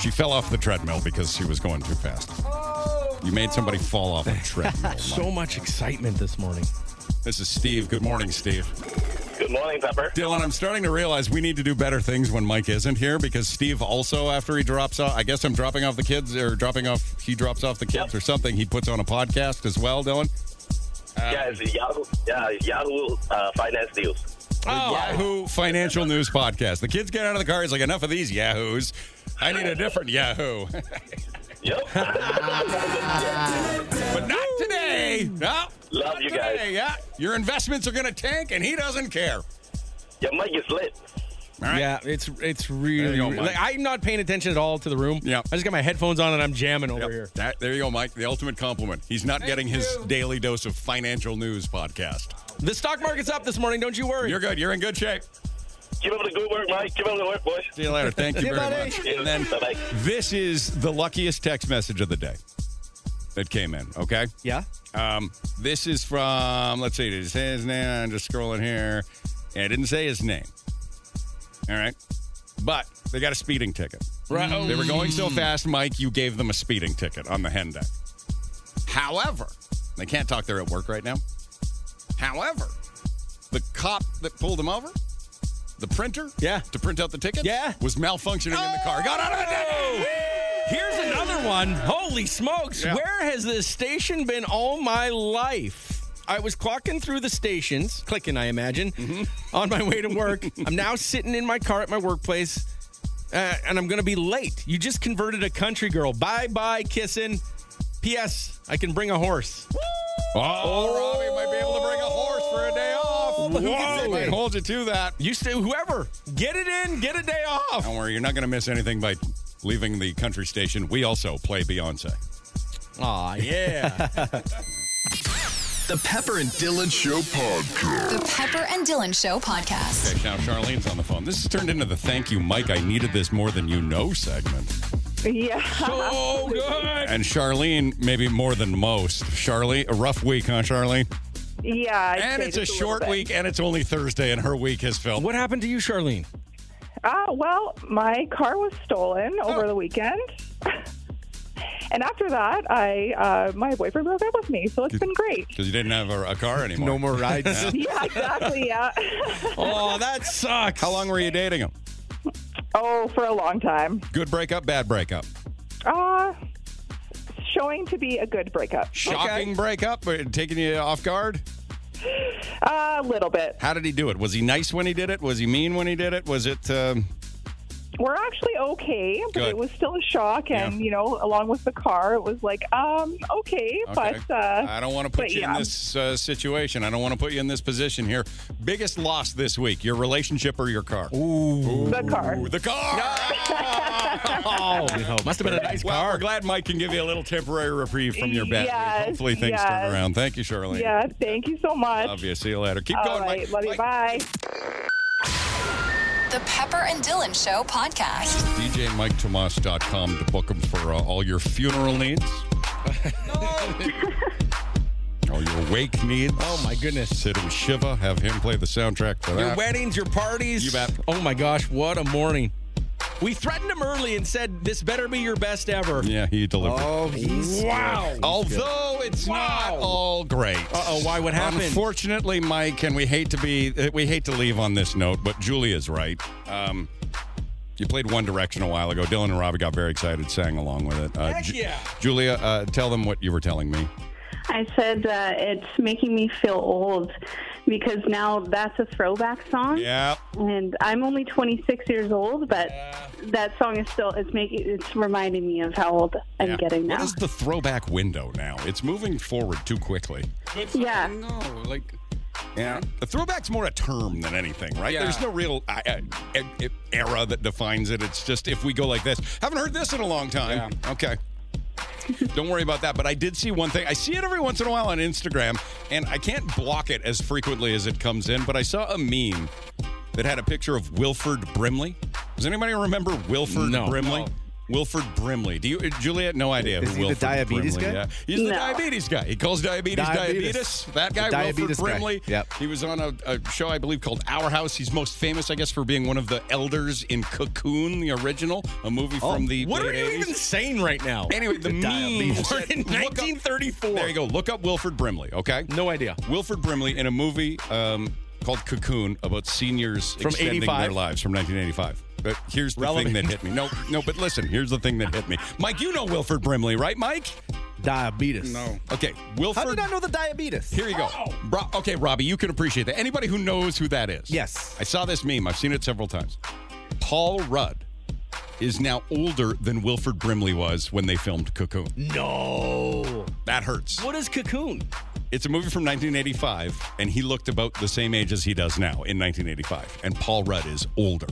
S3: she fell off the treadmill because she was going too fast. you made somebody fall off a treadmill.
S4: so much excitement this morning.
S3: this is Steve. Good morning, Steve.
S14: Good morning, Pepper.
S3: Dylan, I'm starting to realize we need to do better things when Mike isn't here because Steve also, after he drops off, I guess I'm dropping off the kids or dropping off, he drops off the kids or something. He puts on a podcast as well, Dylan.
S14: yeah, it's a Yahoo, yeah, Yahoo uh, Finance Deals.
S3: The Yahoo Financial News Podcast. The kids get out of the car. He's like, enough of these Yahoos. I need a different Yahoo. but not today. No.
S14: Love
S3: not
S14: you guys.
S3: today, Yeah. Your investments are going to tank, and he doesn't care.
S14: Your Mike is lit.
S4: Yeah, Uh, it's it's really
S3: go, Mike.
S4: like I'm not paying attention at all to the room.
S3: Yeah.
S4: I just got my headphones on and I'm jamming over here.
S3: That, there you go, Mike. The ultimate compliment. He's not getting his daily dose of financial news podcast.
S4: The stock market's up this morning. Don't you worry.
S3: You're good. You're in good shape.
S14: Keep up the good work, Mike. Keep up the work, boys.
S3: See you later. Thank you
S14: Yeah,
S3: very
S14: buddy.
S3: much. And then
S14: Bye-bye.
S3: this is the luckiest text message of the day. that came in. Okay.
S2: Yeah.
S3: Um, this is from. Let's see. Did it say his name? I'm just scrolling here. Yeah, it didn't say his name. All right. But they got a speeding ticket.
S4: Right. Oh.
S3: They were going so fast, Mike. You gave them a speeding ticket on the hen deck. However, they can't talk. They're at work right now. However, the cop that pulled him over, the printer, yeah, to print out the ticket, yeah, Oh! was malfunctioning in the car. Got out of the deck.
S4: Here's another one. Holy smokes.
S3: Yeah.
S4: Where has this station been all my life? I was clocking through the stations, clicking, I imagine,
S3: Mm-hmm.
S4: on my way to work. I'm now sitting in my car at my workplace, uh, and I'm going to be late. You just converted a country girl. Bye bye, kissing. P.S. I can bring a horse.
S3: Oh, Robbie might be able to bring a horse for a day off. Whoa. Might hold you to that.
S4: You still, whoever, get it in, get a day off.
S3: Don't worry, you're not going to miss anything by leaving the country station. We also play Beyonce.
S4: Aw, yeah.
S6: The Pepper and Dylan Show podcast.
S1: The Pepper and Dylan Show podcast.
S3: Okay, now Charlene's on the phone. This has turned into the thank you, Mike. I needed this more than you know segment.
S9: Yeah.
S4: So good.
S3: And Charlene, maybe more than most. Charlene, a rough week, huh, Charlene?
S9: Yeah. I'd
S3: and
S9: say
S3: it's a
S9: just little
S3: short
S9: bit.
S3: week, and it's only Thursday, and her week has filled.
S4: What happened to you, Charlene?
S9: Ah, well, my car was stolen
S3: Oh.
S9: over the weekend. and after that, I uh, my boyfriend broke up with me, so it's been great.
S3: Because you didn't have a, a car anymore.
S2: No more rides.
S9: yeah, exactly. Yeah.
S4: oh, that sucks.
S3: How long were you dating him?
S9: oh, for a long time.
S3: Good breakup, bad breakup.
S9: Uh, showing to be a good breakup.
S3: Shocking breakup, uh, taking you off guard.
S9: A little bit.
S3: How did he do it? Was he nice when he did it? Was he mean when he did it? Was it? Um,
S9: We're actually okay, but
S3: Good.
S9: it was still a shock. And,
S3: Yeah.
S9: you know, along with the car, it was like, um, okay,
S3: okay.
S9: but. Uh,
S3: I don't want to put
S9: but
S3: you
S9: yeah.
S3: in this uh, situation. I don't want to put you in this position here. Biggest loss this week: your relationship or your car? Ooh,
S9: The car.
S3: the car.
S4: Oh, must have been a nice
S3: well,
S4: car.
S3: We're glad Mike can give you a little temporary reprieve from your bad.
S9: Yes,
S3: Hopefully things
S9: yes.
S3: turn around. Thank you, Charlene.
S9: Yeah, thank you so much.
S3: Love you. See you later. Keep
S9: All
S3: going,
S9: right,
S3: Mike.
S9: love you. Bye.
S1: The Pepper and Dylan Show podcast.
S3: DJMikeTomas.com to book them for uh, all your funeral needs. all your wake needs. Oh,
S4: my goodness.
S3: Sit him Shiva. Have him play the soundtrack for
S4: Your
S3: that.
S4: weddings, your parties.
S3: You bet.
S4: Oh my gosh, what a morning. We threatened him early and said, this better be your best ever.
S3: Yeah, he delivered.
S2: Oh, he's
S4: Wow.
S3: Oh, Although it's not all great.
S4: Uh-oh, why? What happened?
S3: Unfortunately, Mike, and we hate to be uh, we hate to leave on this note, but Julia's right. Um, you played One Direction a while ago. Dylan and Robbie got very excited, sang along with it. Uh,
S15: Heck yeah.
S3: Julia, uh, tell them what you were telling me.
S15: I said uh, it's making me feel old because now that's a throwback song.
S3: Yeah.
S15: And I'm only 26 years old, but that song is still it's making it's reminding me of how old I'm
S3: Yeah.
S15: getting now.
S3: What is the throwback window now? It's moving forward too quickly.
S15: yeah.
S11: No, like
S3: Yeah. The throwback's more a term than anything, right?
S11: Yeah.
S3: There's no real uh, uh, e- e- era that defines it. It's just if we go like this. Haven't heard this in a long time. Okay. Don't worry about that. But I did see one thing. I see it every once in a while on Instagram, and I can't block it as frequently as it comes in. But I saw a meme that had a picture of Wilford Brimley. Does anybody remember Wilford
S4: No.
S3: Brimley? Wilford Brimley. Do you, uh, Juliet? No idea
S2: Is
S3: who
S2: he the
S3: Wilford
S2: diabetes
S3: Brimley,
S2: guy?
S3: Yeah. He's the
S15: No.
S3: diabetes guy. He calls diabetes diabetes.
S2: Diabetes.
S3: That
S2: The
S3: guy,
S2: diabetes
S3: Wilford
S2: guy.
S3: Brimley.
S2: Yep.
S3: He was on a, a show, I believe, called Our House. He's most famous, I guess, for being one of the elders in Cocoon, the original, a movie
S2: Oh,
S3: from the
S4: What
S3: late
S4: are you
S3: 80s.
S4: even saying right now?
S3: Anyway, the, meme.
S4: We're
S3: said,
S4: in
S3: look up-
S4: 1934.
S3: there you go. Look up Wilford Brimley, okay?
S4: No idea.
S3: Wilford Brimley in a movie um, called Cocoon about seniors
S4: From
S3: extending
S4: 85?
S3: their lives from 1985. But here's the thing
S4: Relevant.
S3: that hit me. No, no, but listen, here's the thing that hit me. Mike, you know Wilford Brimley, right, Mike?
S2: Diabetes.
S11: No.
S3: Okay, Wilford.
S2: How did I know the diabetes?
S3: Here you go. Bro- okay, Robbie, you can appreciate that. Anybody who knows who that is.
S2: Yes.
S3: I saw this meme. I've seen it several times. Paul Rudd is now older than Wilford Brimley was when they filmed Cocoon.
S4: No.
S3: That hurts.
S4: What is Cocoon?
S3: It's a movie from 1985, and he looked about the same age as he does now in 1985. And Paul Rudd is older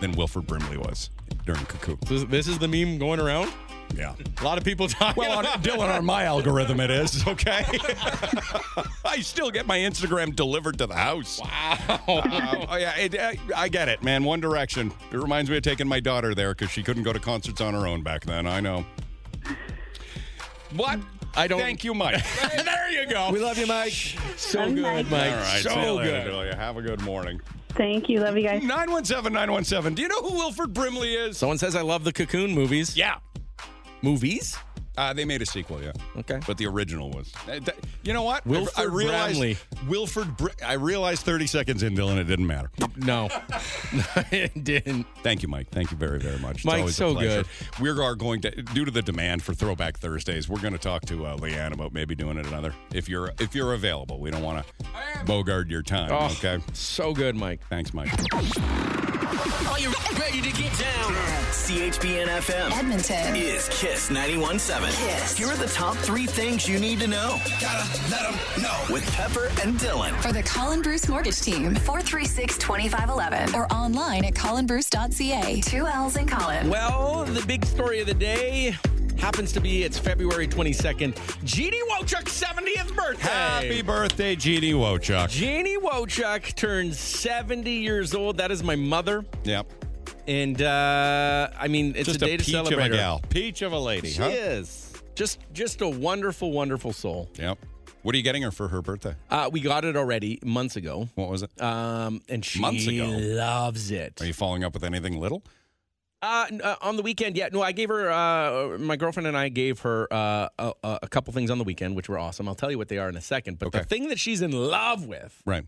S3: than Wilford Brimley was during Cocoon.
S4: This, this is the meme going around?
S3: Yeah.
S4: A lot of people talking
S3: Well, on,
S4: about
S3: Dylan, on my algorithm, it is okay. I still get my Instagram delivered to the house. Wow. oh yeah, it, I, I get it, man. One Direction. It reminds me of taking my daughter there because she couldn't go to concerts on her own back then. I know. What
S4: I don't.
S3: Thank you, Mike. there you go.
S4: We love you, Mike. So good, Mike.
S3: All right,
S4: so
S3: see you later,
S4: good.
S3: Delia. Have a good morning.
S15: Thank you. Love you guys.
S3: 917 917. Do you know who Wilford Brimley is?
S4: Someone says I love the Cocoon movies.
S3: Yeah.
S4: Movies?
S3: Uh, they made a sequel, yeah.
S4: Okay.
S3: But the original was. Uh, th- You know what?
S4: Wilford
S3: I realized
S4: Brimley.
S3: Wilford Br- I realized 30 seconds in, Dylan, it didn't matter.
S4: No, it didn't.
S3: Thank you, Mike. Thank you very, very much. It's
S4: Mike's
S3: always
S4: so
S3: a pleasure.
S4: good.
S3: We are going to, due to the demand for Throwback Thursdays, we're going to talk to uh, Leanne about maybe doing it another. If you're if you're available, we don't want to bogard your time.
S4: Oh,
S3: okay.
S4: So good, Mike.
S3: Thanks, Mike.
S7: Are you ready to get down? CHBN FM
S1: Edmonton.
S7: is Kiss 91.7.
S1: Kiss.
S7: Here are the top three things you need to know. Gotta let them know. With Pepper and Dylan.
S1: For the Colin Bruce Mortgage Team, 436 2511 or online at colinbruce.ca. Two L's in Colin.
S4: Well, the big story of the day happens to be it's February 22nd, Jeannie Wochuk's 70th birthday.
S3: Happy birthday, Jeannie Wochuk.
S4: Jeannie Wochuk turns 70 years old. That is my mother.
S3: Yep.
S4: And uh, I mean, it's
S3: Just
S4: a day to
S3: peach
S4: celebrate.
S3: of a
S4: her.
S3: gal. Peach of a lady,
S4: She
S3: huh?
S4: is. Just, just a wonderful, wonderful soul.
S3: Yep. What are you getting her for her birthday?
S4: Uh, we got it already months ago.
S3: What was it?
S4: Um, and she
S3: Months ago?
S4: loves it.
S3: Are you following up with anything little?
S4: Uh, n- uh, on the weekend, yeah. No, I gave her. Uh, my girlfriend and I gave her uh, a, a a couple things on the weekend, which were awesome. I'll tell you what they are in a second. But the thing that she's in love with,
S3: Right.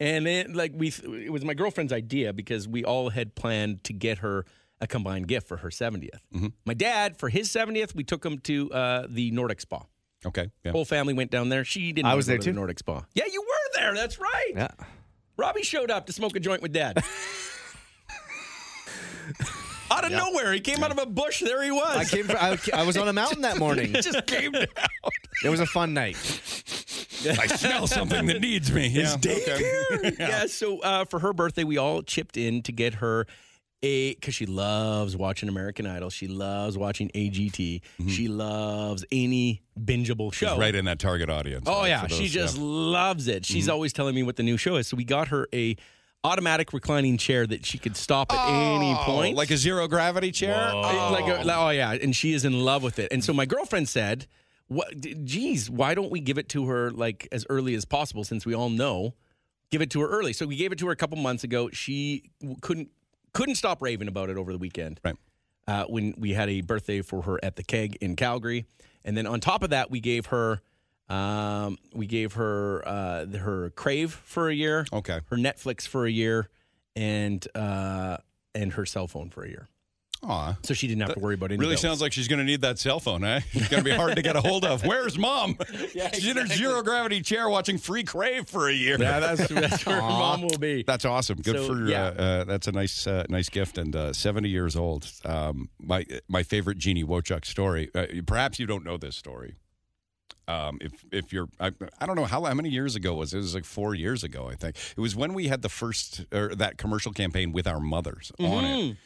S4: and it, like we, it was my girlfriend's idea because we all had planned to get her a combined gift for her 70th.
S2: Mm-hmm.
S4: My dad, for his 70th, we took him to uh, the Nordic Spa.
S3: Okay. Yeah.
S4: Whole family went down there. She didn't.
S2: I
S4: wanna
S2: was
S4: go
S2: there
S4: to
S2: too.
S4: The Nordic Spa. Yeah, you were there. That's right.
S2: Yeah.
S4: Robbie showed up to smoke a joint with dad. out of nowhere, he came out of a bush. There he was.
S2: I came. From, I, I was on a mountain that morning.
S4: just came down.
S2: It was a fun night.
S3: I smell something that needs me. Yeah, okay.
S4: yeah. So uh, for her birthday, we all chipped in to get her a because she loves watching American Idol. She loves watching AGT. She loves any bingeable show.
S3: Mm-hmm. She's right in that target audience.
S4: Oh
S3: right,
S4: yeah,
S3: for those- Mm-hmm.
S4: she just loves it. She's always telling me what the new show is. So we got her a automatic reclining chair that she could stop at any
S3: Oh,
S4: point.
S3: like a zero gravity chair.
S4: It- like, a, like- oh yeah, and she is in love with it. And so my girlfriend said, "What? d- Geez, why don't we give it to her like as early as possible? Since we all know, give it to her early." So we gave it to her a couple months ago. She w- couldn't couldn't stop raving about it over the weekend.
S3: Right.
S4: Uh, when we had a birthday for her at the keg in Calgary, and then on top of that, we gave her. Um, we gave her uh, her Crave for a year,
S3: Okay.
S4: her Netflix for a year, and uh, and her cell phone for a year.
S3: Aw.
S4: So she didn't have to worry about any
S3: Really
S4: bills.
S3: sounds like she's going to need that cell phone, eh? It's going to be hard to get a hold of. Where's mom? She's in her zero gravity chair watching Free Crave for a year.
S4: Yeah, that's, that's where mom will be.
S3: That's awesome. Good
S4: So,
S3: for
S4: yeah.
S3: uh, uh, that's a nice uh, nice gift and uh, 70 years old. Um, my my favorite Jeannie Wochuk story. Uh, perhaps you don't know this story. Um, if if you're I, I don't know how how many years ago was it? It was like 4 years ago I think. It was when we had the first or that commercial campaign with our mothers on it.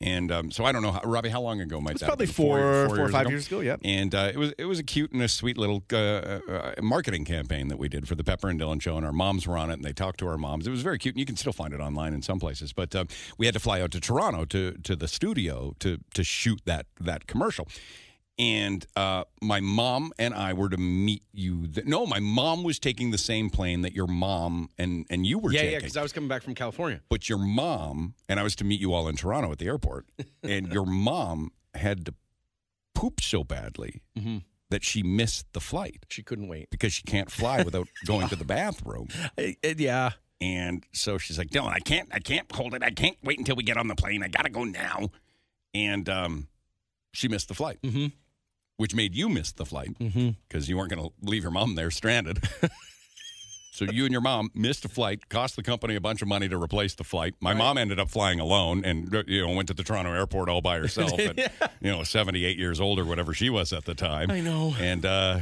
S3: And um, so I don't know, how, Robbie, how long ago might
S2: It's
S3: that?
S2: Mm-hmm. probably
S3: have been? Four-
S2: four, four or five years ago. Yep.
S3: and uh, it was it was a cute and a sweet little uh, uh, marketing campaign that we did for the Pepper and Dylan show, and our moms were on it, and they talked to our moms. It was very cute, and you can still find it online in some places. But uh, we had to fly out to Toronto to to the studio to to shoot that that commercial. And uh, my mom and I were to meet you. Th- no, my mom was taking the same plane that your mom and and you were
S4: yeah,
S3: taking
S4: yeah, because I was coming back from California.
S3: but your mom and I was to meet you all in Toronto at the airport, and your mom had to poop so badly that she missed the flight
S4: She couldn't wait.
S3: because she can't fly without going to the bathroom.
S4: I-
S3: uh,
S4: I- yeah.
S3: And so she's like, Dylan, I can't, I can't hold it. I can't wait until we get on the plane. I gotta go now. And um, she missed the flight,
S4: Mhm.
S3: which made you miss the flight
S4: Mhm.
S3: because you weren't gonna leave your mom there stranded. so you and your mom missed a flight, cost the company a bunch of money to replace the flight. My mom ended up flying alone and uh, you know went to the Toronto airport all by herself. at, You know, seventy eight years old or whatever she was at the time.
S4: I know.
S3: And uh,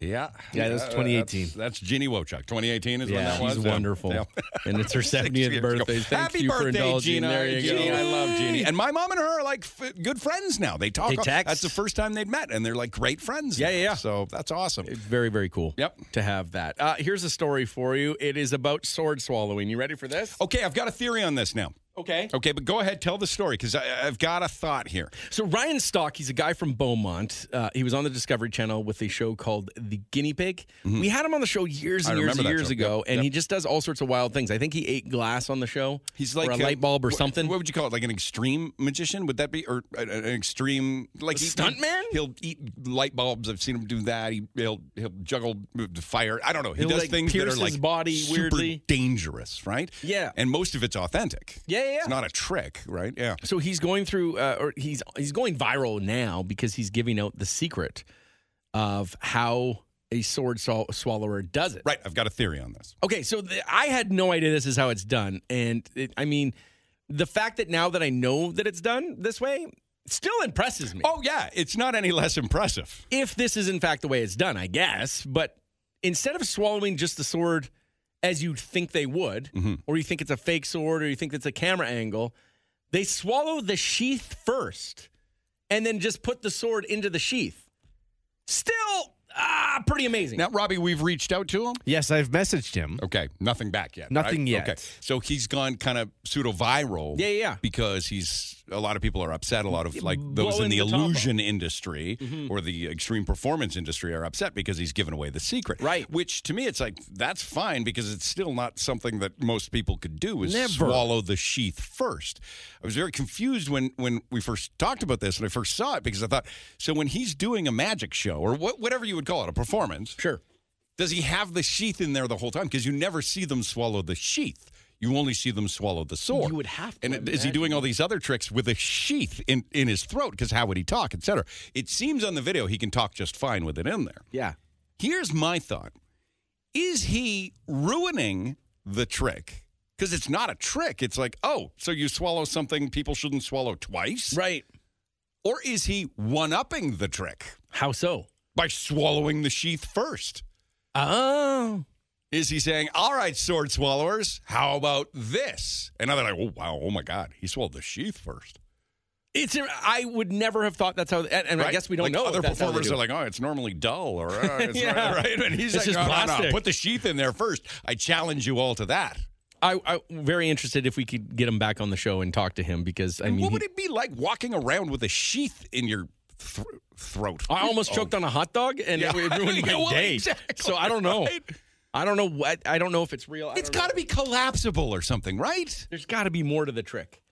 S3: yeah,
S2: Yeah, that was
S3: Uh,
S2: 2018.
S3: That's, that's Ginny Wochuk. 2018 is when
S4: Yeah,
S3: that was.
S4: she's
S3: Yeah.
S4: wonderful.
S3: Yeah.
S4: And it's her 70th
S3: years
S4: birthday.
S3: ago.
S4: Thank
S3: Happy
S4: you for
S3: birthday,
S4: indulging.
S3: Gina.
S4: There you
S3: Gina,
S4: go.
S3: I love Jeannie. And my mom and her are like f- good friends now. They talk.
S4: They text.
S3: That's the first time they'd met, and they're like great friends.
S4: Yeah,
S3: now.
S4: yeah, yeah.
S3: So that's awesome.
S4: Very, very cool
S3: Yep.
S4: to have that. Uh, here's a story for you. It is about sword swallowing. You ready for this?
S3: Oh, Okay, I've got a theory on this now.
S4: Okay.
S3: Okay, but go ahead, tell the story because I've got a thought here.
S4: So Ryan Stock, he's a guy from Beaumont. Uh, he was on the Discovery Channel with a show called The Guinea Pig. We had him on the show years
S3: Mm-hmm. I
S4: and years
S3: remember
S4: and
S3: that
S4: years
S3: show.
S4: ago,
S3: Yep,
S4: and
S3: yep.
S4: he just does all sorts of wild things. I think he ate glass on the show.
S3: He's like
S4: or a
S3: uh,
S4: light bulb or
S3: wh-
S4: something.
S3: What would you call it? Like an extreme magician? Would that be or uh, an extreme like
S4: A
S3: he-
S4: stuntman?
S3: He'll eat light bulbs. I've seen him do that. He, he'll he'll juggle the fire. I don't know. He
S4: He'll,
S3: does
S4: like,
S3: things
S4: pierce
S3: that are
S4: his
S3: like
S4: body
S3: super
S4: weirdly.
S3: dangerous, right?
S4: Yeah.
S3: And most of it's authentic.
S4: Yeah, yeah, yeah.
S3: It's not a trick, right? Yeah.
S4: So he's going through, uh, or he's he's going viral now because he's giving out the secret of how a sword swal- swallower does it.
S3: Right. I've got a theory on this.
S4: Okay, so th- I had no idea this is how it's done, and it, I mean, the fact that now that I know that it's done this way still impresses me.
S3: Oh yeah, it's not any less impressive.
S4: If this is in fact the way it's done, I guess. But instead of swallowing just the sword as you'd think they would, or you think it's a fake sword, or you think it's a camera angle, they swallow the sheath first, and then just put the sword into the sheath. Still, ah, pretty amazing.
S3: Now, Robbie, we've reached out to him.
S2: Yes, I've messaged him.
S3: Okay, nothing back yet.
S2: Nothing
S3: right?
S2: yet.
S3: Okay, so he's gone kind of pseudo viral.
S4: Yeah, yeah, yeah.
S3: Because he's a lot of people are upset. A lot of like those in
S4: Blowing
S3: the,
S4: the top Mm-hmm.
S3: illusion industry or the extreme performance industry are upset because he's given away the secret. Right. Which to me, it's like that's fine because it's still not something that most people could do. Is
S4: Never.
S3: swallow the sheath first. I was very confused when when we first talked about this and I first saw it because I thought so when he's doing a magic show or what, whatever you would call it a performance.
S4: Sure.
S3: Does he have the sheath in there the whole time? Because you never see them swallow the sheath. You only see them swallow the sword.
S4: You would have to
S3: And is he
S4: imagine.
S3: doing all these other tricks with a sheath in, in his throat? Because how would he talk, etc. It seems on the video he can talk just fine with it in there.
S4: Yeah.
S3: Here's my thought: Is he ruining the trick? Because it's not a trick. It's like, oh, so you swallow something people shouldn't swallow twice,
S4: right?
S3: Or is he one-upping the trick?
S4: How so?
S3: By swallowing the sheath first.
S4: Oh.
S3: Is he saying, all right, sword swallowers, how about this? And now they're like, oh, wow, oh my God, he swallowed the sheath first.
S4: It's. I would never have thought that's how. And, and I
S3: Right?
S4: guess we don't
S3: Like,
S4: know. if
S3: Other
S4: that's how they
S3: performers
S4: do
S3: are like,
S4: it.
S3: oh, it's normally dull, or uh, it's
S4: Yeah.
S3: not, right. And he's
S4: It's
S3: like, "Oh,
S4: just
S3: no, no, no,
S4: plastic.
S3: put the sheath in there first. I challenge you all to that.
S4: I, I very interested if we could get him back on the show and talk to him because I mean,
S3: what would
S4: he-
S3: it be like walking around with a sheath in your thr throat?
S4: I almost
S3: Oh.
S4: choked on a hot dog and
S3: Yeah.
S4: it, it ruined my
S3: Yeah, well,
S4: day.
S3: exactly,
S4: so I don't know.
S3: right?
S4: I don't know what. I don't know if it's real.
S3: It's got to be collapsible or something, right?
S4: There's got to be more to the trick.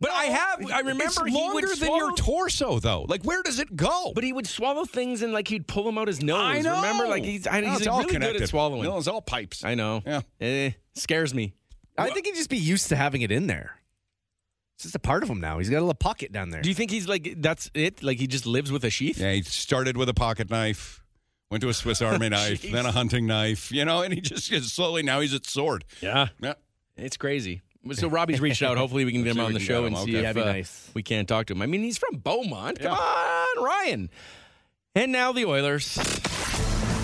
S4: But I have. I remember
S3: It's
S4: he would
S3: longer than your
S4: swallow-
S3: torso, though. Like, where does it go?
S4: But he would swallow things and like he'd pull them out his nose.
S3: I know.
S4: Remember, like he's, I,
S3: No,
S4: he's
S3: it's
S4: really
S3: all
S4: good
S3: connected.
S4: at swallowing.
S3: No, it's all pipes.
S4: I know.
S3: Yeah.
S4: Eh, scares me.
S2: I think he'd just be used to having it in there. It's just a part of him now. He's got a little pocket down there.
S4: Do you think he's like that's it? Like he just lives with a sheath?
S3: Yeah, he started with a pocket knife, went to a Swiss Army knife,
S4: Jeez.
S3: then a hunting knife, you know, and he just gets slowly now he's at sword.
S4: Yeah.
S3: Yeah.
S4: It's crazy. So Robbie's reached out. Hopefully, we can
S3: Let's
S4: get him
S3: see if we
S4: on the
S3: can
S4: show
S3: get
S4: and
S3: him.
S4: see
S3: Okay.
S4: if
S3: That'd be
S4: uh,
S2: nice.
S4: we can't talk to him. I mean, he's from Beaumont. Come on, Ryan. And now the Oilers.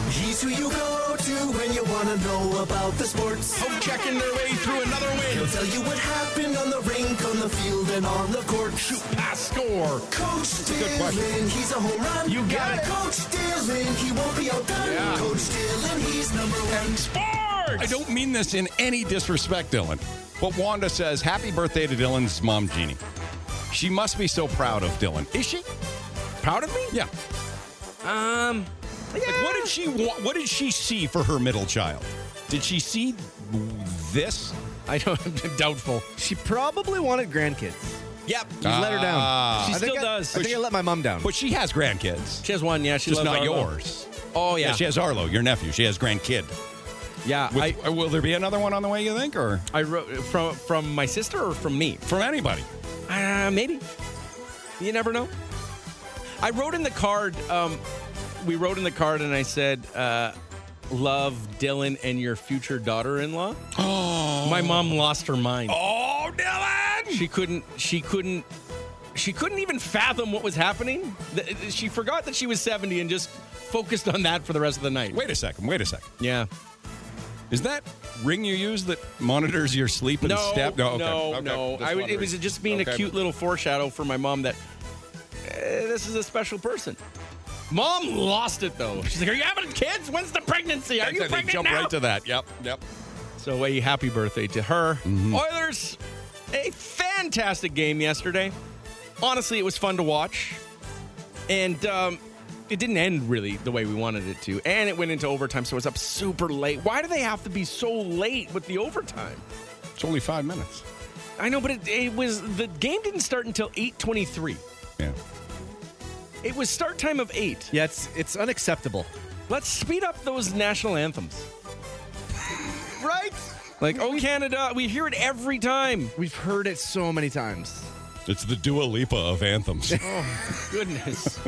S7: He's who you go to when you want to know about the sports. Home
S4: checking their way through another win.
S7: He'll tell you what happened on the rink, on the field, and on the court. Shoot,
S4: pass, score.
S7: Coach
S3: good question.
S7: Dylan, he's a home run.
S4: You got it.
S7: Coach Dylan, he won't be outdone.
S3: Yeah.
S7: Coach Dylan, he's number one.
S3: I don't mean this in any disrespect, Dylan, but Wanda says, Happy birthday to Dylan's mom, Jeannie. She must be so proud of Dylan. Is she?
S4: Proud of me?
S3: Yeah.
S4: Um.
S3: Like, what did she want? What did she see for her middle child? Did she see this?
S4: I don't. doubtful.
S2: She probably wanted grandkids.
S4: Yep.
S2: You let her
S3: Ah.
S2: down.
S3: She
S2: I think
S4: still
S2: I-
S4: does.
S2: I think I let my mom down.
S3: But she has grandkids.
S4: She has one. Yeah, she
S3: Just
S4: loves
S3: not
S4: Arlo.
S3: yours.
S4: Oh
S3: Yeah.
S4: yeah.
S3: she has Arlo, your nephew. She has grandkid.
S4: Yeah.
S3: With-
S4: I,
S3: uh, will there be another one on the way? You think, or
S4: I wrote from from my sister or from me?
S3: from anybody?
S4: Uh, maybe. You never know. I wrote in the card. Um, we wrote in the card, and I said, uh, "Love Dylan and your future daughter-in-law."
S3: Oh,
S4: My mom lost her mind.
S3: Oh, Dylan!
S4: She couldn't. She couldn't. She couldn't even fathom what was happening. Th- She forgot that she was 70 and just focused on that for the rest of the night.
S3: Wait a second. Wait a second.
S4: Yeah.
S3: Is that ring you use that monitors your sleep and
S4: No,
S3: step?
S4: no,
S3: okay,
S4: no,
S3: okay, just
S4: I, would- it
S3: wondering.
S4: was just being
S3: Okay.
S4: a cute little foreshadow for my mom that eh, this is a special person. Mom lost it though. She's like, "Are you having kids? When's the pregnancy? Are
S3: That's
S4: you
S3: it, they
S4: pregnant
S3: jump
S4: now?"
S3: right to that. Yep, yep. Mm-hmm.
S4: so, a happy birthday to her. Oilers a fantastic game yesterday. Honestly, it was fun to watch, and um, it didn't end really the way we wanted it to. And it went into overtime, so it was up super late. Why do they have to be so late with the overtime?
S3: It's only five minutes.
S4: I know, but it, it was the game didn't start until eight twenty-three.
S3: Yeah.
S4: It was start time of eight.
S2: Yeah, it's, it's unacceptable.
S4: Let's speed up those national anthems. right? Like, oh, Canada, we hear it every time.
S2: We've heard it so many times.
S3: It's the Dua Lipa of anthems.
S4: Oh, goodness.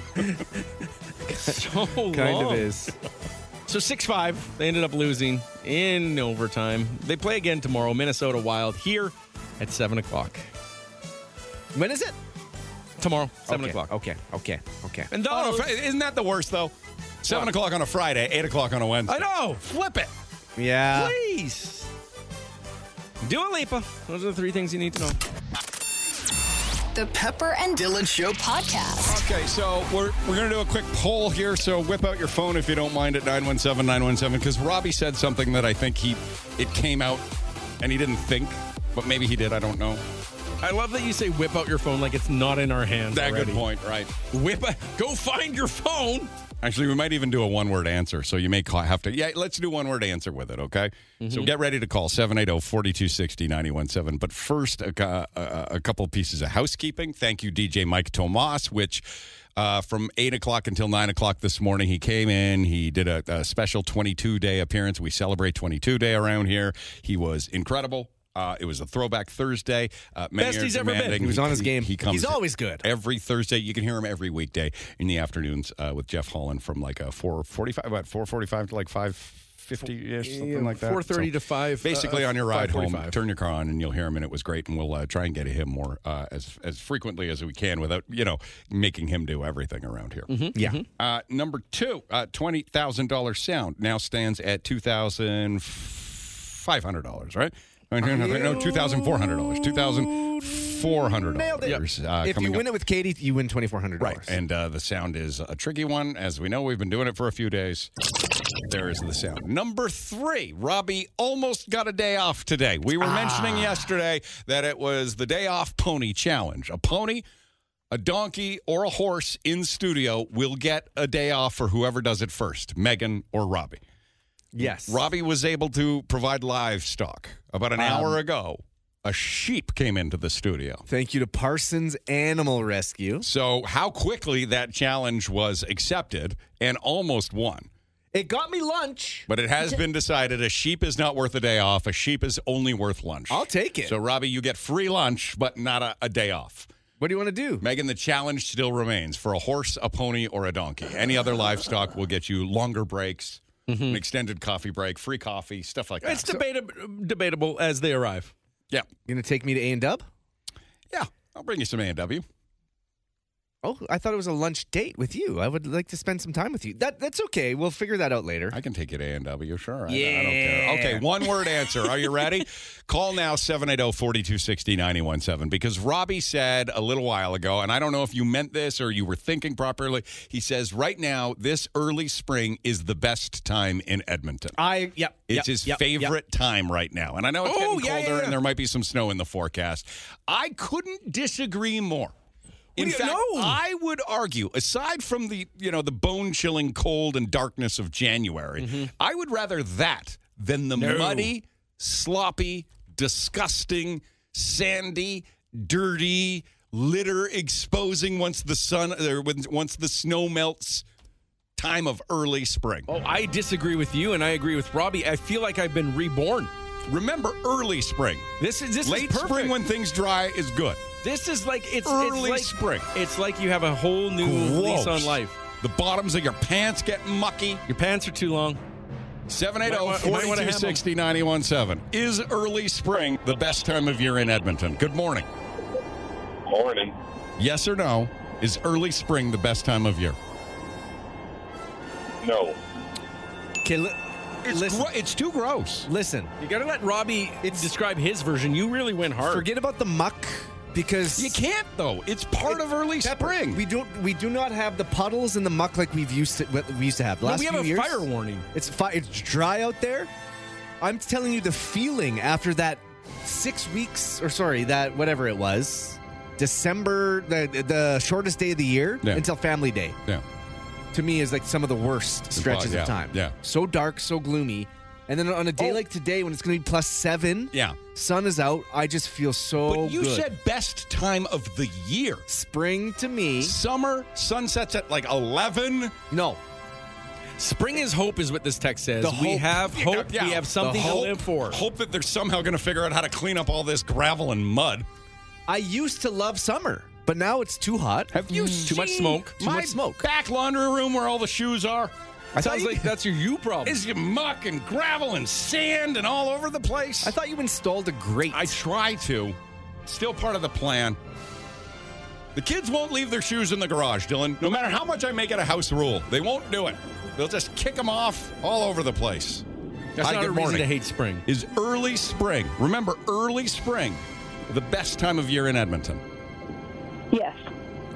S4: so long.
S2: Kind of is.
S4: So 6 5, they ended up losing in overtime. They play again tomorrow, Minnesota Wild, here at 7 o'clock.
S2: When is it?
S4: Tomorrow, 7
S2: Okay,
S4: o'clock.
S2: Okay, okay, okay.
S4: And
S3: Oh,
S4: though,
S3: no, Fri- isn't that the worst though? Seven o'clock on a Friday, eight o'clock on a Wednesday.
S4: I know, flip it.
S2: Yeah.
S4: Please. Dua Lipa. Those are the three things you need to know.
S1: The Pepper and Dylan Show podcast.
S3: Okay, so we're we're gonna do a quick poll here. So whip out your phone if you don't mind at 917-917, because Robbie said something that I think he it came out and he didn't think, but maybe he did, I don't know.
S4: I love that you say whip out your phone like it's not in our hands.
S3: That
S4: already.
S3: good point, right?
S4: Whip out, go find your phone.
S3: Actually, we might even do a one word answer. So you may ca- have to. Yeah, let's do one word answer with it, okay?
S2: Mm-hmm.
S3: So get ready to call oh, 780 4260 917. But first, a, cou- uh, uh, a couple pieces of housekeeping. Thank you, DJ Mike Tomas, which. Uh, from 8 o'clock until 9 o'clock this morning, he came in. He did a, a special 22 day appearance. We celebrate 22 day around here. He was incredible. Uh, it was a throwback Thursday. Uh, many
S2: Best
S3: are
S2: he's ever been.
S3: demanding.
S2: He was on his game.
S3: He comes
S2: He's
S3: in
S2: always good.
S3: every Thursday. You can hear him every weekday in the afternoons uh, with Jeff Holland from like a four forty-five, about four forty-five to like five fifty ish, something like that.
S4: 4:30
S3: So
S4: to 5,
S3: Basically,
S4: uh,
S3: on your ride home,
S4: 5:45.
S3: turn your car on and you'll hear him, and it was great. And we'll uh, try and get him more uh, as as frequently as we can without you know making him do everything around here.
S2: Yeah.
S3: Uh, number two, uh, twenty thousand dollar sound now stands at two thousand five hundred dollars, right? No, two thousand four hundred dollars, two thousand four hundred
S2: Nailed it.
S3: dollars. Uh,
S2: if
S3: coming
S2: you
S3: up.
S2: win it with Katie, you win $2,400.
S3: Right. And uh, the sound is a tricky one. As we know, we've been doing it for a few days. There is the sound. Number three, Robbie almost got a day off today. We were mentioning yesterday that it was the day off pony challenge. A pony, a donkey, or a horse in studio will get a day off for whoever does it first, Megan or Robbie.
S2: Yes.
S3: Robbie was able to provide livestock about an hour ago. A sheep came into the studio.
S2: Thank you to Parsons Animal Rescue.
S3: So, how quickly that challenge was accepted and almost won.
S2: It got me lunch.
S3: But it has been decided a sheep is not worth a day off. A sheep is only worth lunch.
S2: I'll take it.
S3: So, Robbie, you get free lunch, but not a, a day off.
S2: what do you want to do?
S3: Megan, the challenge still remains for a horse, a pony, or a donkey. Any other livestock will get you longer breaks,
S2: Mm-hmm.
S3: an extended coffee break, free coffee, stuff like that.
S4: It's debatab- debatable as they arrive.
S3: yeah.
S2: You going to take me to A&W?
S3: Yeah. I'll bring you some A&W.
S2: Oh, I thought it was a lunch date with you. I would like to spend some time with you. That That's okay. We'll figure that out later.
S3: I can take it A and W, sure. I, I don't care. Okay, one word answer. Are you ready? Call now 780-4260-917 because Robbie said a little while ago, and I don't know if you meant this or you were thinking properly. He says right now, this early spring is the best time in Edmonton.
S2: I, yep.
S3: It's
S2: yep,
S3: his
S2: yep, yep.
S3: favorite time right now. And I know it's
S4: Oh,
S3: getting
S4: yeah,
S3: colder
S4: yeah, yeah.
S3: and there might be some snow in the forecast. I couldn't disagree more. In
S4: do you-
S3: fact,
S4: no.
S3: I would argue, aside from the you know the bone chilling cold and darkness of January,
S4: Mm-hmm.
S3: I would rather that than the muddy, sloppy, disgusting, sandy, dirty, litter exposing once the sun or when- once the snow melts time of early spring.
S4: Oh, I disagree with you, and I agree with Robbie. I feel like I've been reborn.
S3: Remember early spring.
S4: This is this
S3: Late
S4: is perfect.
S3: spring when things dry is good.
S4: this is like it's
S3: Early
S4: it's like,
S3: spring.
S4: It's like you have a whole new lease on life.
S3: The bottoms of your pants get mucky.
S4: Your pants are too long. Might
S3: 780
S4: wa- might wanna have 'em.
S3: 4260 917. Is early spring the best time of year in Edmonton? Good morning.
S14: Morning.
S3: Yes or no? Is early spring the best time of year?
S14: No.
S2: Okay, li-
S3: It's,
S2: listen.
S3: gro- it's too gross.
S2: listen.
S4: You gotta let Robbie describe his version. You really went hard.
S2: Forget about the muck because
S3: You can't, though. It's
S2: It-
S3: part of early
S2: Pepper,
S3: spring.
S2: We don't. We do not have the puddles and the muck like we've used to. what We used to have
S4: No,
S2: last.
S4: we have
S2: few
S4: a
S2: years,
S4: fire warning.
S2: It's fi- It's dry out there. I'm telling you, the feeling after that six weeks or sorry that whatever it was december the the shortest day of the year
S3: Yeah.
S2: until family day
S3: yeah
S2: to me is like some of the worst stretches
S3: yeah,
S2: of time
S3: yeah. Oh.
S2: so dark so gloomy and then on a day like today when it's going to be plus seven
S3: yeah
S2: sun is out i just feel so
S4: Oh,
S3: But you
S2: good.
S3: said best time of the year.
S2: Spring to me.
S3: Summer sunsets at like 11.
S2: No.
S4: Spring is hope, is what this text says.
S3: The
S4: we
S3: hope-
S4: have
S3: Yeah,
S4: hope.
S3: yeah.
S4: We have something
S3: The
S4: to
S3: hope-
S4: live for.
S3: Hope that they're somehow going to figure out how to clean up all this gravel and mud.
S2: I used to love summer, but now it's too hot. Mm.
S3: Have you
S4: Too much smoke.
S2: Too much smoke.
S3: Back laundry room where all the shoes are.
S4: I Sounds like that's your you problem.
S3: Is muck and gravel and sand and all over the place? I
S2: thought you installed a grate.
S3: I try to. Still part of the plan. The kids won't leave their shoes in the garage, Dylan. No matter how much I make it a house rule, they won't do it. They'll just kick them off all over the place.
S4: That's
S3: Hi,
S4: not
S3: good
S4: a reason
S3: morning.
S4: to hate spring.
S3: Is early spring. Remember, early spring, the best time of year in Edmonton.
S15: Yes.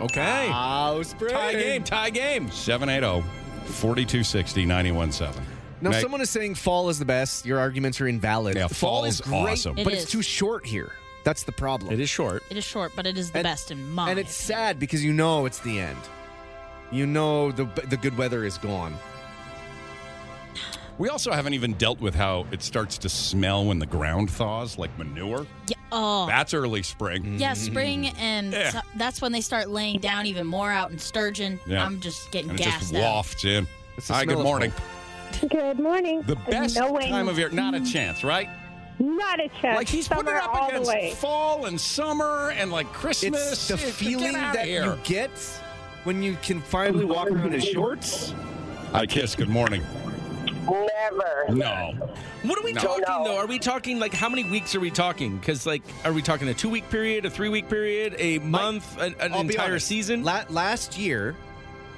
S3: Okay.
S2: Oh, spring.
S4: Tie game. Tie game.
S3: 780 4260 917.
S2: Now, someone is saying fall is the best. Your arguments are invalid.
S3: Yeah,
S2: fall is
S3: fall's
S2: great,
S3: awesome. It
S2: but it's
S5: is.
S2: too short here. That's the problem.
S4: It is short.
S5: It is short, but it is the best in my.
S2: And it's sad because you know it's the end. You know the the good weather is gone.
S3: We also haven't even dealt with how it starts to smell when the ground thaws, like manure.
S5: Yeah, oh.
S3: That's early spring.
S5: yeah, spring
S2: Mm-hmm.
S5: and
S3: Yeah.
S5: su- that's when they start laying down even more out in Sturgeon.
S3: Yeah.
S5: I'm just getting
S3: And it
S5: gassed
S3: just
S5: out.
S3: wafts in.
S2: the
S3: Hi,
S2: smell
S3: good
S2: of
S3: morning.
S15: Good morning.
S3: The best time of year. Not a chance, right?
S15: Not a chance.
S3: Like he's
S15: Summer
S3: putting it up
S15: all the
S3: against
S15: way.
S3: fall and summer and like Christmas.
S2: It's the
S3: Get
S2: feeling
S3: outta
S2: that
S3: here.
S2: you get when you can finally walk around in shorts.
S3: I kiss. Good morning.
S15: Never.
S3: No.
S4: What are we
S3: No.
S4: talking though? Are we talking like how many weeks are we talking? Because like, are we talking a two-week period, a three-week period, a month, an, an
S2: I'll be
S4: entire
S2: honest.
S4: season?
S2: La- last year,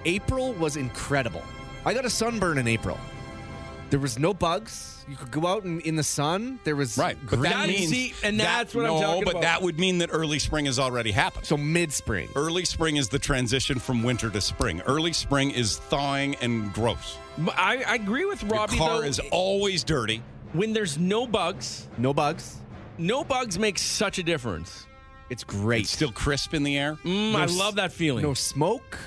S2: April was incredible. I got a sunburn in April. There was no bugs. You could go out in, in the sun. There was
S3: Right, but
S2: green-
S3: that means
S4: see, and that's what I'm
S3: no,
S4: talking
S3: but
S4: about.
S3: that would mean that early spring has already happened.
S2: so mid spring.
S3: Early spring is the transition from winter to spring. Early spring is thawing and gross.
S4: I, I agree with Robbie.
S3: Car
S4: though.
S3: is always dirty.
S4: when there's no bugs.
S2: No bugs.
S4: No bugs makes such a difference.
S2: It's great.
S3: It's still crisp in the air.
S4: Mm,
S2: No
S4: I
S2: s-
S4: love that feeling.
S2: no smoke.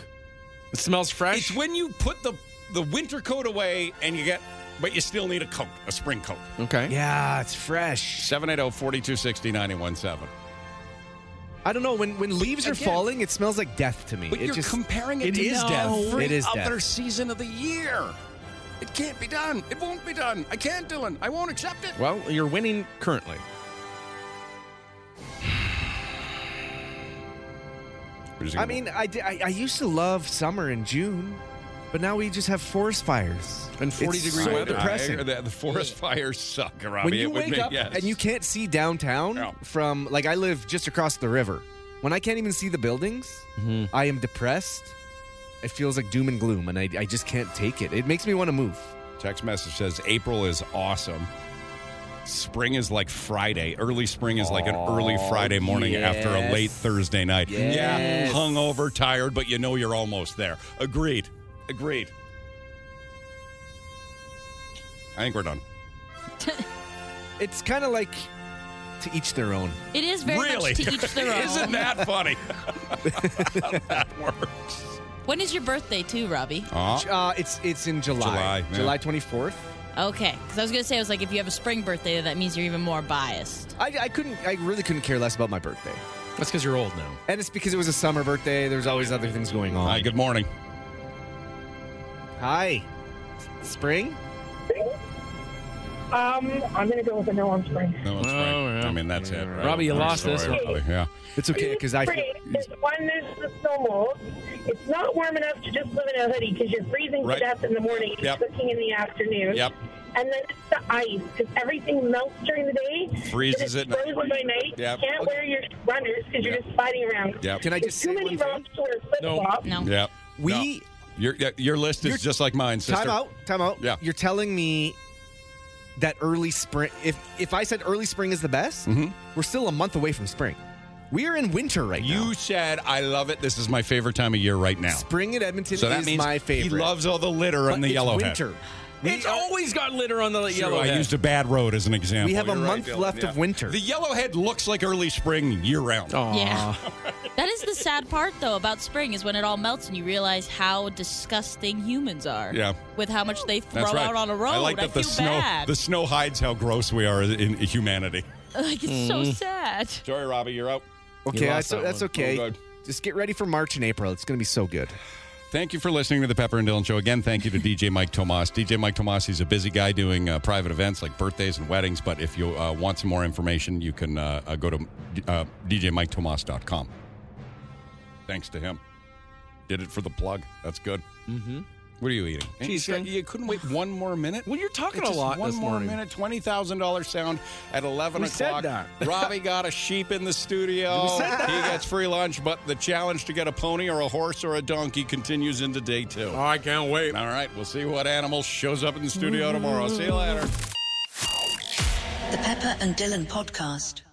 S4: It smells fresh.
S3: It's when you put the the winter coat away and you get, but you still need a coat, a spring coat. oh,
S4: okay.
S2: Yeah, it's fresh.
S3: 780 4260 917.
S2: I don't know when when leaves are
S3: again-
S2: falling, it smells like death to me.
S3: But
S2: it
S3: you're
S2: just,
S3: comparing it,
S2: it
S3: to
S2: is
S3: every
S2: death. It is
S3: other
S2: death.
S3: season of the year. It can't be done. It won't be done. I can't, Dylan. I won't accept it.
S4: Well, you're winning currently.
S2: I mean, I, di- I I used to love summer in June, but now we just have forest fires
S4: And 40
S2: It's
S4: degree
S2: so
S4: weather.
S2: Depressing.
S3: I- the, the forest fires suck, Robbie.
S2: when you
S3: It would
S2: wake
S3: make-
S2: up
S3: yes.
S2: and you can't see downtown
S3: Yeah.
S2: from like I live just across the river. When I can't even see the buildings,
S3: Mm-hmm.
S2: I am depressed. It feels like doom and gloom, and I, I just can't take it. It makes me want to move.
S3: Text message says April is awesome. Spring is like Friday. Early spring is like an early
S4: Oh,
S3: Friday morning after a
S2: yes.
S3: late Thursday night.
S2: Yes.
S3: Yeah, hungover, tired, but you know you're almost there. Agreed. Agreed. I think we're done.
S2: It's kind of like to each their own.
S5: It is very
S3: really?
S5: much to each their own.
S3: Isn't that funny? How that works.
S5: When is your birthday too, Robbie?
S3: Aw.
S2: Uh, it's it's in July,
S3: July, yeah.
S2: 24th.
S5: Okay, because I was gonna say I was like, if you have a spring birthday, that means you're even more biased.
S2: I, I couldn't. I really couldn't care less about my birthday,
S4: That's because you're old now.
S2: and it's because it was a summer birthday. There's always other things going on.
S3: Hi, good morning.
S2: Hi, spring.
S15: Um, I'm gonna go with a no on spring.
S3: No, it's
S4: Oh,
S3: right.
S4: yeah.
S3: I mean, that's it. right?
S4: Robbie, you
S3: I'm
S4: lost this
S3: sorry,
S4: one.
S3: Robbie. Yeah.
S2: It's okay because I feel.
S15: Spring. There's one. There's the snow mold. It's not warm enough to just live in a hoodie because you're freezing
S3: Right.
S15: to death in the morning and
S3: Yep.
S15: cooking in the afternoon.
S3: Yep.
S15: And then it's the ice because everything melts during the day.
S3: Freezes
S15: but
S3: at
S15: it's
S3: night.
S15: frozen by night.
S3: Yep.
S15: Can't wear your runners because you're
S3: Yep.
S15: just sliding around.
S3: Yep.
S2: Can I
S15: There's
S2: just
S15: too
S2: say
S15: many
S2: one thing?
S15: wrong sort of flip flop.
S5: No.
S3: Yeah.
S2: We
S3: No. Your, your list is
S2: Your-
S3: just like mine, sister.
S2: time out. Time out.
S3: Yeah.
S2: You're telling me that early spring. If if I said early spring is the best,
S3: Mm-hmm.
S2: we're still a month away from spring. We are in winter right now.
S3: You said, I love it. This is my favorite time of year right now.
S2: Spring at Edmonton
S3: So that
S2: is
S3: means
S2: my favorite.
S3: he loves all the litter
S2: But
S3: and the
S2: it's
S3: yellow
S2: winter.
S4: It's always got litter on the
S3: True,
S4: yellow.
S3: I
S4: head.
S3: used a bad road as an example.
S4: We have a month
S3: Dylan.
S4: left of winter.
S3: The yellowhead looks like early spring year round.
S5: Oh. Yeah. That is the sad part, though, about spring is when it all melts and you realize how disgusting humans are.
S3: Yeah.
S5: With how much they throw
S3: That's right.
S5: out on a road.
S3: I like that the
S5: feel
S3: snow
S5: bad.
S3: the snow hides how gross we are in humanity.
S5: like, it's so
S3: Mm.
S5: sad.
S3: Sorry, Robbie, you're out.
S2: Okay, that's, that's okay. Just get ready for March and April. It's going to be so good.
S3: Thank you for listening to the Pepper and Dylan Show. Again, thank you to DJ Mike Tomas. DJ Mike Tomas, he's a busy guy doing uh, private events like birthdays and weddings. But if you uh, want some more information, you can uh, uh, go to uh, djmiketomas.com. Thanks to him. Did it for the plug. That's good. Mm-hmm. What are you eating?
S11: Cheese
S3: You said You couldn't wait one more minute? Well, you're
S11: talking
S3: Just
S11: a lot
S3: One
S11: this
S3: more
S11: morning.
S3: minute. $20,000 sound at 11
S11: We said
S3: o'clock.
S11: that.
S3: Robbie got a sheep in the studio.
S11: We said that.
S3: He gets free lunch, but the challenge to get a pony or a horse or a donkey continues into day two. Oh, I can't wait. All right, we'll see what animal shows up in the studio tomorrow. See you later.
S16: The Pepper and Dylan Podcast.